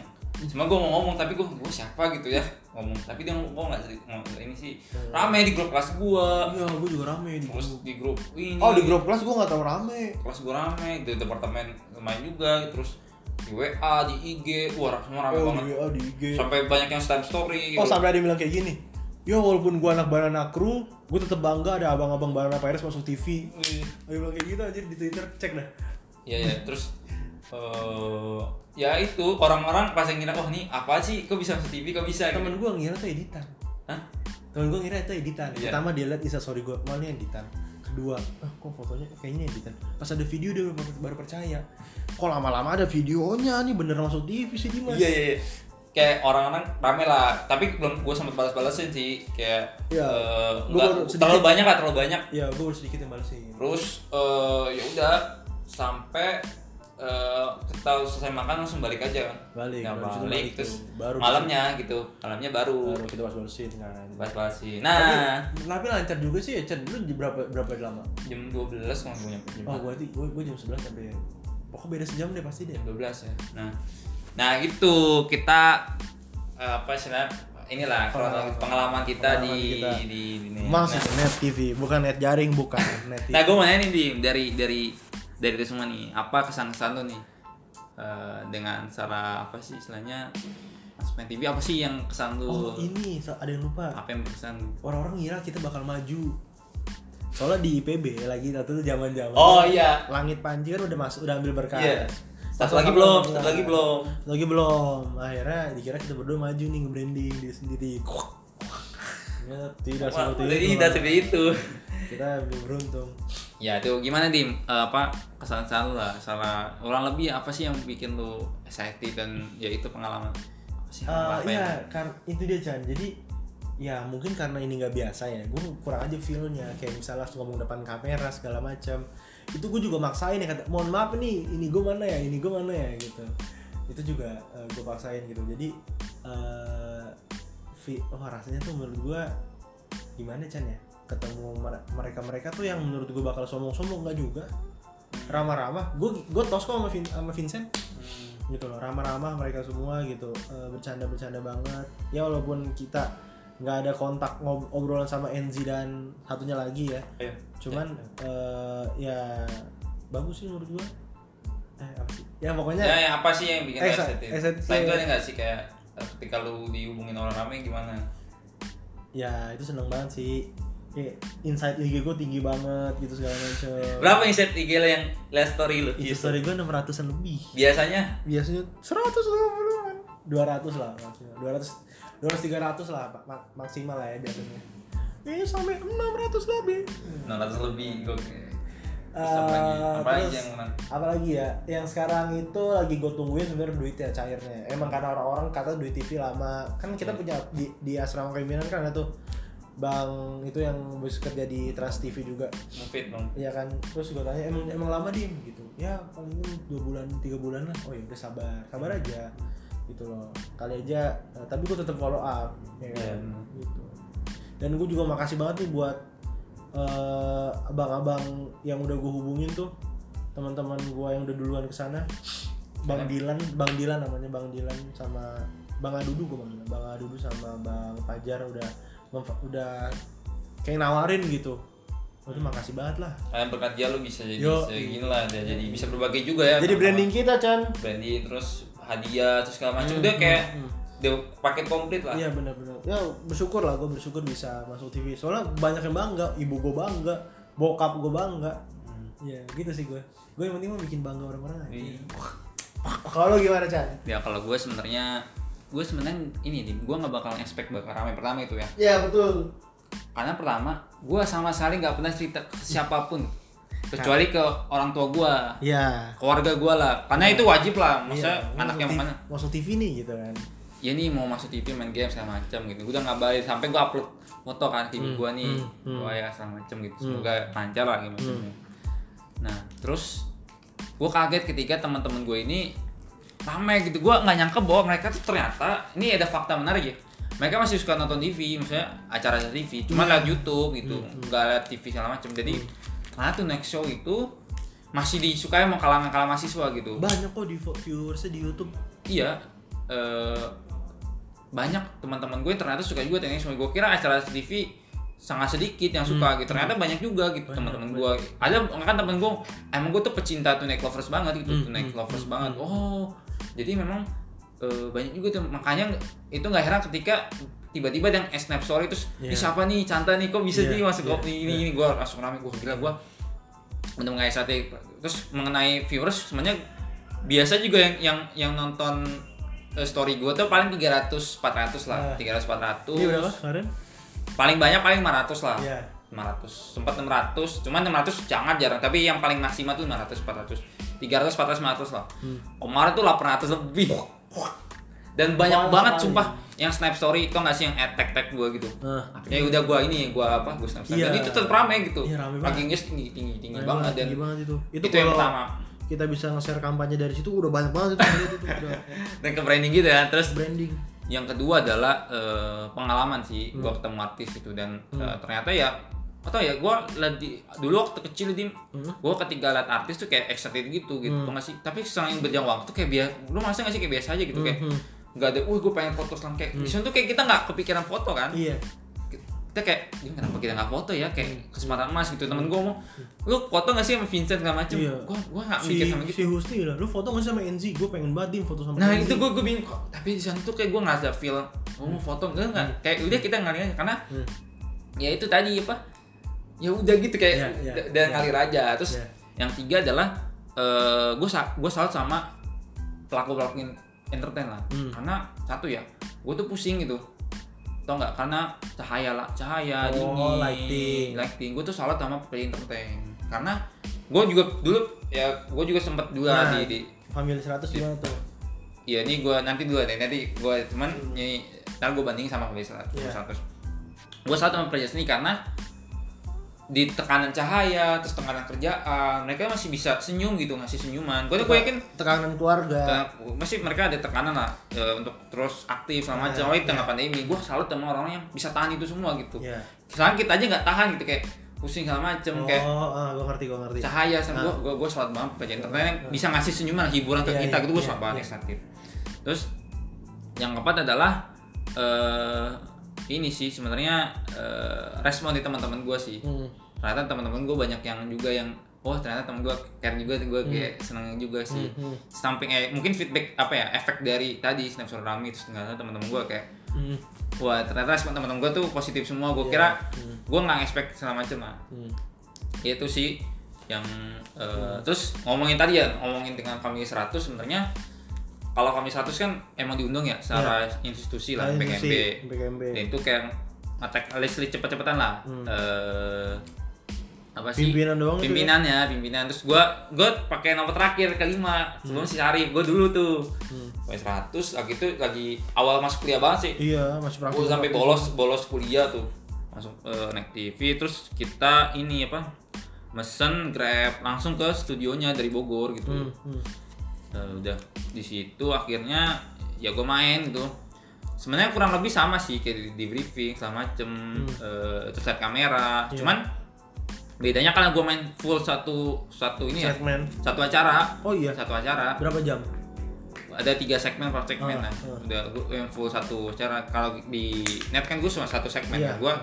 cuma gue mau ngomong tapi gue gue siapa gitu ya ngomong tapi dia ngomong gue nggak sih ngomong ini sih Hmm. rame di grup kelas gue Iya gue juga rame di terus grup. di grup ini Oh di grup kelas gua nggak tahu rame. kelas gue rame di departemen main juga terus di WA di IG wah semua rame Oh banget di WA di IG. sampai banyak yang stand story gitu. Oh sampai ada yang bilang kayak gini. Yo walaupun gua anak Banana Crew, gua tetap bangga ada abang-abang Banana Pirates masuk TV. Wih. Ada yang bilang kayak gitu anjir di Twitter, cek dah. Iya ya, terus eh ya itu orang-orang pas yang ngira oh nih apa sih kok bisa masuk TV kok bisa gitu. Temen gua ngira tuh editan. Hah? Temen gue ngira itu editan. Iya. Pertama dia lihat isa sorry gue, malah ini editan. Kedua dua ah kok fotonya kayaknya editan pas ada video dia baru, baru percaya kok lama-lama ada videonya nih bener masuk TV sih Dimas iya iya iya. kayak orang-orang rame lah tapi belum gue sempet balas-balasin sih kayak Iya. eh, nggak- Gua baru sedikit- terlalu banyak lah terlalu banyak ya gue baru sedikit yang balesin terus eh, ya udah sampai eh, kita selesai makan langsung balik aja kan balik Ya, baru situ balik, tuh. terus baru malamnya gitu malamnya baru baru kita bales-balesin kan bas-basi nah tapi, tapi lancar juga sih ya Chen lu di berapa berapa lama jam 12 kalau gue nyampe jam oh gue gue gue jam 11 sampai ya. pokoknya beda sejam deh pasti deh jam 12 ya nah nah itu kita eh, apa istilahnya inilah Pengalaman. pengalaman kita Pengalaman di, kita. di di ini. Masih Nah, net TV, bukan net jaring, bukan net TV. Nah, gue mau nanya nih Di, dari dari dari itu semua nih, apa kesan-kesan lo nih Eh, dengan cara apa sih istilahnya Mas TV apa sih yang kesan Oh lu? ini so- ada yang lupa. apa yang berkesan? Orang-orang ngira kita bakal maju. Soalnya di IPB lagi waktu itu zaman zaman. Oh iya, Langit Panjir udah masuk, udah ambil berkas. Iya. Satu satu lagi sama belum, belum. satu lagi belum. Lagi belum. Akhirnya dikira kita berdua maju nih nge-branding diri sendiri. Ya, tidak Wah, seperti Jadi itu. tidak seperti itu. Kita belum beruntung. Ya itu gimana dim Eh, apa kesan-kesan lu lah salah orang lebih apa sih yang bikin lu excited dan ya itu pengalaman apa sih Eh, apa yang iya, karena itu dia Chan. Jadi ya mungkin karena ini nggak biasa ya, gue kurang aja feelnya. Kayak misalnya harus ngomong depan kamera segala macam. Itu gue juga maksain ya kata, mohon maaf nih, ini gue mana ya, ini gue mana ya gitu. Itu juga gue paksain gitu. Jadi eh fi- oh, rasanya tuh menurut gue gimana Chan ya? Ketemu mer- mereka-mereka tuh yang menurut gue bakal sombong-sombong nggak juga ramah-ramah gue gue tos kok sama, Vin, sama Vincent gitu loh ramah-ramah mereka semua gitu Eh, bercanda-bercanda banget ya walaupun kita nggak ada kontak ngob- obrolan sama Enzi dan satunya lagi ya Ayo. cuman eh, ya bagus sih menurut gua eh apa sih ya pokoknya ya, ya, apa sih yang bikin lu Exa- excited? excited. Selain itu ada nggak sih kayak eh, ketika lu dihubungin orang ramai gimana? ya itu seneng banget sih kayak insight IG gue tinggi banget gitu segala macam Berapa insight IG lu yang last story lu? itu Iya, story gue 600an lebih Biasanya biasanya 120 an 200 kan? lah maksimal 200 200 300 lah pak mak- maksimal lah ya biasanya ini sampai 600 lebih 600 lebih oke. Terus Eh, apa lagi? Apa lagi terus- yang menang? apalagi ya yang sekarang itu lagi gue tungguin sebenarnya duitnya cairnya emang karena orang-orang kata duit TV lama kan kita punya di, di asrama kemiskinan kan ada tuh bang itu yang bos kerja di Trans TV juga Mufid dong. Iya kan, terus gue tanya emang emang lama dim gitu. Ya paling dua bulan tiga bulan lah. Oh ya udah sabar, sabar aja gitu loh. Kali aja, eh, tapi gue tetap follow up, ya Iya. kan? Gitu. Dan gue juga makasih banget nih buat eh, abang-abang yang udah gue hubungin tuh, teman-teman gue yang udah duluan kesana. Bang Dilan, Bang Dilan namanya Bang Dilan sama Bang Adudu gue manggil. Bang Adudu sama Bang Fajar udah memfa- udah kayak nawarin gitu. Oh, itu makasih banget lah. Kalian berkat dia lu bisa jadi Yo. iya. segini lah dan jadi bisa berbagi juga ya. Jadi sama- branding kita, Chan. branding terus hadiah terus segala macam udah kayak dia paket komplit lah hmm, Iya benar-benar. Ya bersyukur lah, gue bersyukur bisa masuk TV. Soalnya banyak yang bangga, ibu gue bangga, bokap gue bangga. Ya gitu sih gue. Gue yang penting mau bikin bangga orang-orang aja. Hmm. Iya. Kalau lu gimana Chan? ya kalau gue sebenarnya gue sebenarnya ini nih gue nggak bakal expect bakal rame pertama itu ya Ya betul. karena pertama gue sama sekali nggak pernah cerita ke siapapun Nah. kecuali ke orang tua gue Iya. keluarga gue lah karena itu wajib lah maksudnya Iya, anak yang masuk mana TV Masuk TV nih gitu kan. ya nih mau masuk TV main game segala macam gitu gue udah ngabarin sampai gue upload foto kan ke ibu Hmm, gue nih gue ya segala macam gitu semoga lancar lah gitu Hmm. maksudnya. nah terus gue kaget ketika teman-teman gue ini rame gitu gue nggak nyangka bahwa mereka tuh ternyata ini ada fakta menarik ya mereka masih suka nonton TV maksudnya acara TV Hmm. cuma liat YouTube gitu nggak liat TV segala macam jadi karena tuh next show itu masih disukai sama kalangan-kalangan mahasiswa gitu Banyak kok di vo- viewersnya di YouTube. iya eh, banyak teman-teman gue ternyata suka juga tenis gue kira acara TV sangat sedikit yang suka Hmm. gitu ternyata banyak juga gitu teman-teman gue ada kan teman gue emang gue tuh pecinta tonight lovers banget gitu Hmm, tonight lovers banget oh jadi memang eh, banyak juga tuh makanya itu nggak heran ketika tiba-tiba yang snap story terus ini Iya. siapa nih Canta nih kok bisa Iya, sih masuk iya, op- ini ini, ini gue langsung rame gue gila gue untuk mengenai sate terus mengenai viewers sebenarnya biasa juga yang yang yang nonton eh, story gue tuh paling 300 400 lah Ah. 300 Ini Iya, berapa 400 kemarin? paling banyak paling 500 lah Iya. 500 sempat 600 cuman 600 jangan jarang tapi yang paling maksimal tuh 600 400 300 400 500 lah Hmm. kemarin tuh 800 lebih dan banyak Banyak banget sekali. sumpah yang snap story itu nggak sih yang attack tag gue gitu Nah, akhirnya udah gue ini gue apa gue snap story Iya. dan itu tetap rame gitu Iya, rame banget. rankingnya tinggi tinggi tinggi keren banget dan tinggi banget itu. Itu, itu, yang kalau pertama kita bisa nge-share kampanye dari situ udah banyak banget itu, itu, itu, udah dan ke branding gitu ya terus branding. yang kedua adalah eh, pengalaman sih gua ketemu artis itu dan eh, ternyata ya atau ya gua lagi dulu waktu kecil di gua ketika liat artis tuh kayak excited gitu gitu tau nggak sih tapi selain berjalan waktu kayak biasa lu masa nggak sih kayak biasa aja gitu kayak Mhm. nggak ada uh gue pengen foto selang kayak Vision tuh kayak kita nggak kepikiran foto kan Iya. kita kayak "Ini kenapa kita nggak foto ya kayak kesempatan emas gitu temen gua mau lu foto nggak sih sama Vincent nggak macem Iya. gua gua nggak Si, mikir sama gitu si Husni udah, lu foto nggak sih sama NZ? Gue pengen banget dim foto sama Nah NZ. itu gue gue bingung kok. Tapi di sana tuh kayak gue nggak ada feel. Oh, mau foto enggak enggak. Kayak udah kita ngalir aja karena Hmm. ya itu tadi apa? Ya udah gitu kayak Iya, iya, d- dan iya. ngalir aja. Terus Iya. yang tiga adalah eh, gue gue salut sama pelaku pelaku entertain lah. Hmm. Karena satu ya gue tuh pusing gitu tau nggak karena cahaya lah cahaya Oh, dingin lighting. lighting gue tuh salah sama pekerja entertain karena gue juga dulu ya gue juga sempet juga Nah. di, di Family 100 gimana tuh? Iya ini gue nanti dulu deh nanti gue cuman ini ntar gue bandingin sama Fabio seratus Iya. Gue salut sama Praja Seni karena di tekanan cahaya terus tekanan kerjaan mereka masih bisa senyum gitu ngasih senyuman. Gue Iya. tuh gue yakin tekanan keluarga. eh, masih mereka ada tekanan lah eh, untuk terus aktif sama macam. Iya, Apalagi di tengah iya. pandemi gue salut sama orang yang bisa tahan itu semua gitu. Iya. Sekarang kita aja nggak tahan gitu kayak pusing sama macem kayak Oh, ah, gue ngerti, gue ngerti. cahaya sama gue gue gue salut banget pekerjaan ternyata yang bisa ngasih senyuman hiburan ke Ah. Iya, kita iya, gitu gue iya, salut banget iya. eksaktif. terus yang keempat adalah eh ini sih sebenarnya eh, respon di teman-teman gue sih Hmm. ternyata teman-teman gue banyak yang juga yang oh ternyata teman gue care juga gue kayak seneng juga sih Hmm, hmm. samping eh, mungkin feedback apa ya efek dari tadi snapshot rami terus ternyata teman-teman gue kayak Hmm. wah ternyata respon teman-teman gue tuh positif semua Iya. gue kira gue nggak expect segala macem lah Hmm. itu sih yang eh, terus ngomongin tadi ya ngomongin dengan kami 100 sebenarnya kalau kami 100 kan emang diundang ya secara Iya. institusi lah Kalian PKMB sih, PKMB. dan Nah, itu kayak ngetek Leslie cepet-cepetan lah Eh, apa sih Hmm. Pimpinan doang itu ya? pimpinannya pimpinan terus gua gua pakai nomor terakhir kelima sebelum si Syarif gua dulu tuh Hmm. kami 100 lagi itu lagi awal masuk kuliah banget sih Iya, masih praktis. gue sampai bolos bolos kuliah tuh langsung eh, naik TV terus kita ini apa mesen grab langsung ke studionya dari Bogor gitu Hmm, hmm. Eh, udah di situ akhirnya ya gue main gitu sebenarnya kurang lebih sama sih kayak di, di briefing segala macem eh, terus lihat kamera Hmm. Iya. cuman bedanya karena gue main full satu satu ini ya Segmen. satu acara Oh iya. satu acara Berapa jam? ada tiga segmen per segmen nah. Ah, ah. udah gue yang full satu secara kalau di net kan gue cuma satu segmen nah, Iya. gue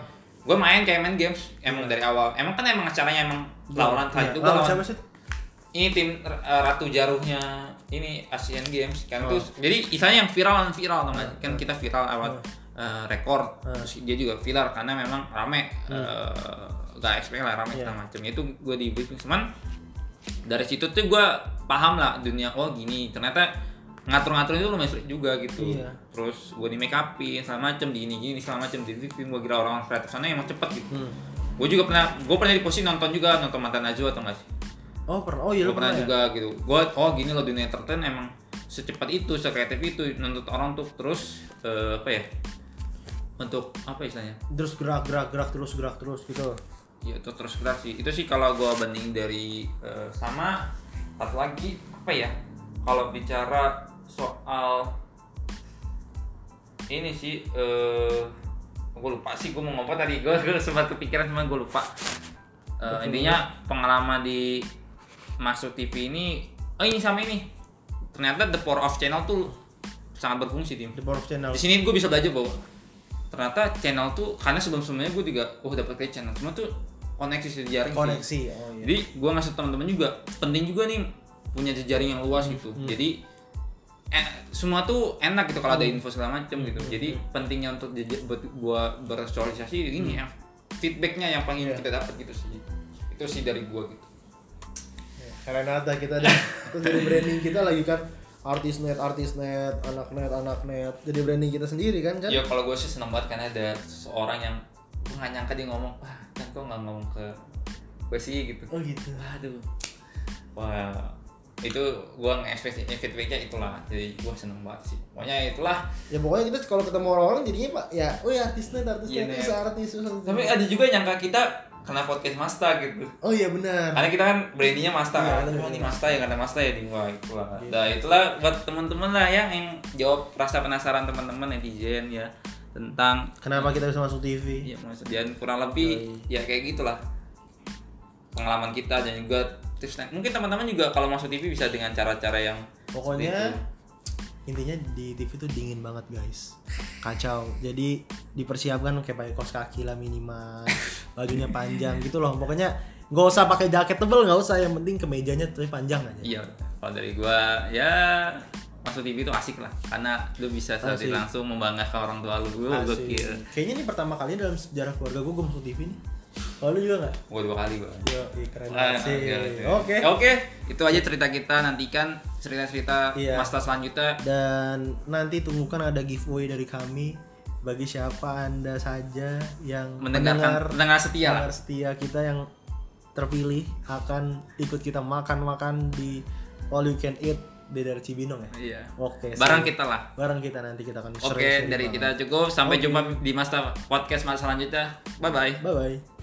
gue main kayak main games emang dari awal emang kan emang acaranya emang lawan Iya. terakhir itu gue Lawan lawan siapa sih? ini tim eh, ratu jaruhnya ini Asian Games kan Oh. terus jadi istilahnya yang viral lawan viral tau nggak? kan kita viral lewat eh, rekor Ah. terus dia juga viral karena memang rame eh, gak expect lah rame Oh. Iya. segala macam itu gue di briefing cuman dari situ tuh gue paham lah dunia oh gini ternyata ngatur-ngatur itu lumayan sulit juga gitu Iya. terus gue di make upin segala macem di ini gini segala macem di briefing gue kira orang-orang kreatif sana emang cepet gitu Hmm. gue juga pernah gue pernah di posisi nonton juga nonton mata najwa atau nggak sih Oh, pernah. Oh iya, lu gue pernah pernah ya? juga gitu gue oh gini loh dunia entertain emang secepat itu sekreatif itu nuntut orang tuh terus eh, apa ya untuk apa istilahnya Terus gerak-gerak, gerak terus, gerak terus gitu. ya itu terus gerak sih itu sih kalau gue banding dari eh, sama satu lagi apa ya kalau bicara soal ini sih eh gue lupa sih gue mau ngomong apa tadi gue sempat kepikiran cuma gue lupa Eh, intinya pengalaman di masuk TV ini oh ini sama ini ternyata the power of channel tuh sangat berfungsi tim The Power of di Channel. sini gue bisa belajar bahwa ternyata channel tuh karena sebelum sebelumnya gue juga oh dapat kayak channel cuma tuh koneksi sih, jejaring sih. Koneksi. Oh iya. jadi gue ngasih teman-teman juga penting juga nih punya jejaring yang luas gitu jadi eh, semua tuh enak gitu kalau ada info segala macem gitu jadi pentingnya untuk jeja- buat gue bersosialisasi ini ya feedbacknya yang paling Iya. kita dapat gitu sih itu sih dari gue gitu Renata kita ada terus jadi branding kita lagi kan artis net artis net anak net anak net jadi branding kita sendiri kan kan ya kalau gue sih seneng banget karena ada seorang yang nggak nyangka dia ngomong wah kan kok nggak ngomong ke gue sih gitu oh gitu aduh wah itu gua nge-expect feedbacknya itulah jadi gua seneng banget sih pokoknya itulah ya pokoknya kita kalau ketemu orang-orang jadinya pak ya oh ya artis net artis Iya, Net. net itu artis itu tapi ada juga yang nyangka kita kena podcast Masta gitu oh iya benar karena kita kan brandingnya Masta Iya, kan bener. oh ini Masta ya karena Masta ya di gua itulah Iya. nah itulah buat temen-temen lah ya yang jawab rasa penasaran teman-teman netizen ya tentang kenapa kita bisa Iya, masuk TV ya dan kurang lebih ya Iya. kayak gitulah pengalaman kita dan juga tips mungkin teman-teman juga kalau masuk TV bisa dengan cara-cara yang Pokoknya seperti itu. intinya di TV tuh dingin banget guys. Kacau. Jadi dipersiapkan kayak pakai kaos kaki lah minimal. Bajunya panjang gitu loh. Pokoknya nggak usah pakai jaket tebel nggak usah yang penting kemejanya tapi panjang aja. Iya, kalau dari gua ya masuk TV itu asik lah karena lu bisa secara Asik. langsung membanggakan orang tua lu gue Asik. gokil Kayaknya ini pertama kalinya dalam sejarah keluarga gue gue masuk TV nih. Kalau lu juga nggak? gue dua kali gua Yo, ih, keren Ah, banget sih. oke, oke. Oke. Ya, Oke, itu aja cerita kita nantikan cerita-cerita Iya. master selanjutnya Dan nanti tunggukan ada giveaway dari kami bagi siapa anda saja yang mendengarkan mendengar- mendengar setia lah pendengar setia kita yang terpilih akan ikut kita makan-makan di All You Can Eat di daerah Cibinong ya. iya Oke. barang sip. kita lah Bareng kita nanti kita akan Oke, share-share dari banget. kita cukup. Sampai Oke. jumpa di Master Podcast masa selanjutnya. Bye bye. Bye bye.